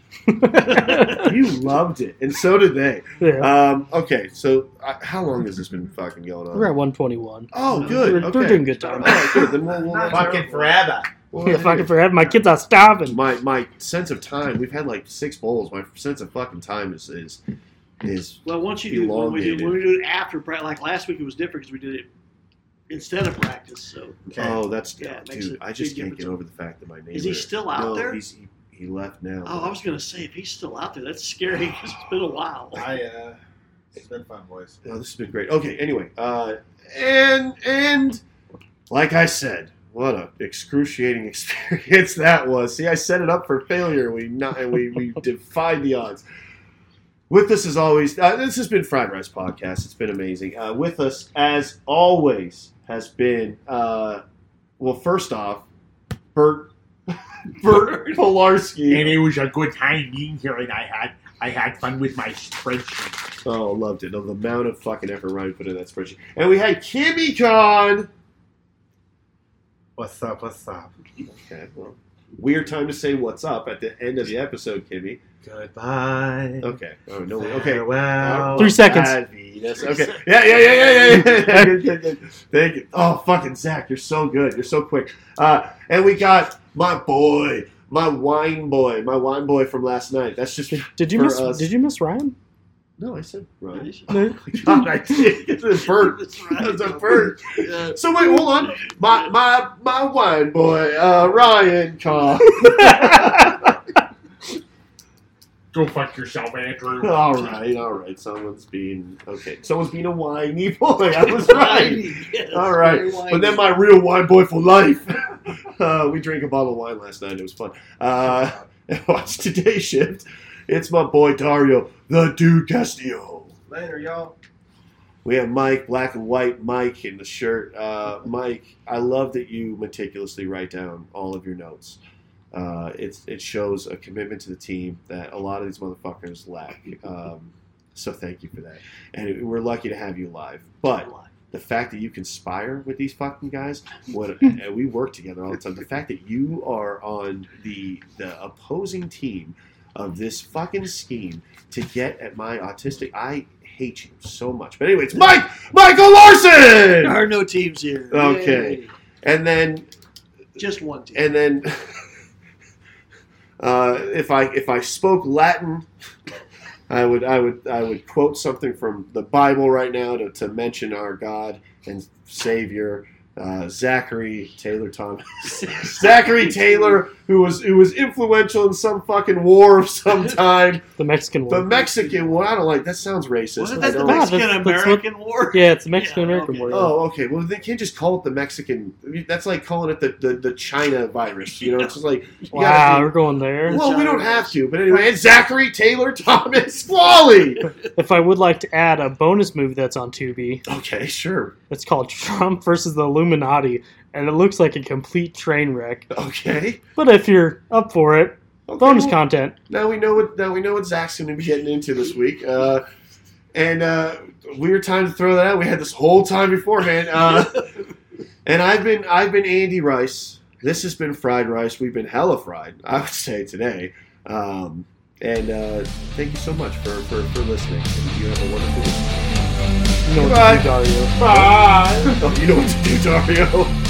S1: you loved it, and so did they.
S4: Yeah.
S1: Um, okay, so uh, how long has this been fucking going on?
S4: We're at 121.
S1: Oh,
S4: We're,
S1: good.
S4: we're
S1: Uh, Okay.
S4: doing good time.
S1: All right, good. Then we'll, we'll,
S6: Not
S2: fucking forever.
S1: we'll-
S4: Yeah, fucking forever. My kids are starving.
S1: my my sense of time. We've had like six bowls. My sense of fucking time is is is
S3: well, once you do when we do when we do it after practice, like last week it was different because we did it instead of practice. So
S1: oh that's
S3: Yeah, it makes
S1: dude.
S3: a
S1: I just
S3: big
S1: can't get
S3: difference.
S1: over the fact that my neighbor
S3: is he still out
S1: no,
S3: there?
S1: He's, he, he left now.
S3: Oh, I was gonna say if he's still out there, that's scary because it's been a while.
S2: I, uh, it's been fun, boys.
S1: No, this has been great. Okay, anyway, uh, and and like I said, what a excruciating experience that was. See, I set it up for failure. We not and we we defied the odds. With us as always, uh, this has been Fried Rice Podcast. It's been amazing. Uh, with us as always has been uh, well. First off, Bert Bert
S2: And
S1: Polarski.
S2: it was a good time being here, and I had I had fun with my spreadsheet.
S1: Oh, loved it. The amount of fucking effort Ryan put in that spreadsheet. And we had Kimmy Con.
S2: What's up? What's up?
S1: Okay, well, weird time to say what's up at the end of the episode, Kimmy.
S2: Goodbye.
S1: Okay. Oh no. Okay.
S2: Farewell.
S4: Three seconds.
S1: That's- okay. Yeah, yeah, yeah, yeah, yeah, yeah. Good, good, good. Thank you. Oh, fucking Zach, you're so good. You're so quick. Uh, and we got my boy, my wine boy, my wine boy from last night. That's just
S4: Did, did you
S1: For
S4: miss?
S1: us.
S4: Did you miss Ryan?
S1: no. I said Ryan.
S4: No.
S1: God, I did. It's a bird.
S3: That's right.
S1: It's a bird.
S3: Yeah.
S1: So wait, hold on. My my my wine boy, uh, Ryan Carr.
S2: Go fuck yourself, Andrew.
S1: All right, all right. Someone's being okay. Someone's being a whiny boy. I was right.
S3: Yes,
S1: All right,
S3: very
S1: but then
S3: whiny.
S1: my real wine boy for life. Uh, we drank a bottle of wine last night. It was fun. Uh, and watched today shift. It's my boy Dario, the dude Castillo.
S6: Later, y'all.
S1: We have Mike, black and white Mike in the shirt. Uh, Mike, I love that you meticulously write down all of your notes. Uh, it's, it shows a commitment to the team that a lot of these motherfuckers lack. Um, so thank you for that. And we're lucky to have you live. But the fact that you conspire with these fucking guys, what and we work together all the time. The fact that you are on the the opposing team of this fucking scheme to get at my autistic, I hate you so much. But anyway, it's Mike Michael
S3: There
S1: Larson,
S3: are no teams here.
S1: Okay.
S3: Yay.
S1: and then
S3: Just one team.
S1: and then uh, if I if I spoke Latin. I would, I would, I would quote something from the Bible right now to, to mention our God and Savior, uh, Zachary Taylor Thomas. Zachary Taylor, who was who was influential in some fucking war of some time.
S4: The Mexican
S1: The
S4: one.
S1: Mexican one, I don't like. That sounds racist.
S3: Wasn't
S1: I
S3: that the
S1: don't-
S4: Mex-
S3: Mexican American War?
S4: yeah, it's the Mexican American
S3: Yeah,
S4: War.
S3: okay.
S1: oh, okay. Well, they can't just call it the Mexican. I mean, That's like calling it the, the, the China virus. You know, it's just like you
S4: Wow,
S1: gotta
S4: we're going there.
S1: think- well, we
S3: China
S1: don't
S3: virus.
S1: have to. But anyway, and Zachary Taylor Thomas Wally.
S4: If I would like to add a bonus movie that's on Tubi,
S1: Okay, sure.
S4: it's called Trump versus the Illuminati, and it looks like a complete train wreck.
S1: Okay.
S4: But if you're up for it,
S1: Okay,
S4: bonus
S1: well-
S4: content.
S1: Now we know what now we know what Zach's going to be getting into this week. Uh, and uh, weird time to throw that out. We had this whole time beforehand. Uh, and I've been I've been Andy Rice. This has been fried rice. We've been hella fried, I would say today. Um, and uh, thank you so much for for, for listening. You have a wonderful week.
S4: You know
S1: Goodbye.
S4: what to do, Dario.
S1: Oh, you know what to do, Dario.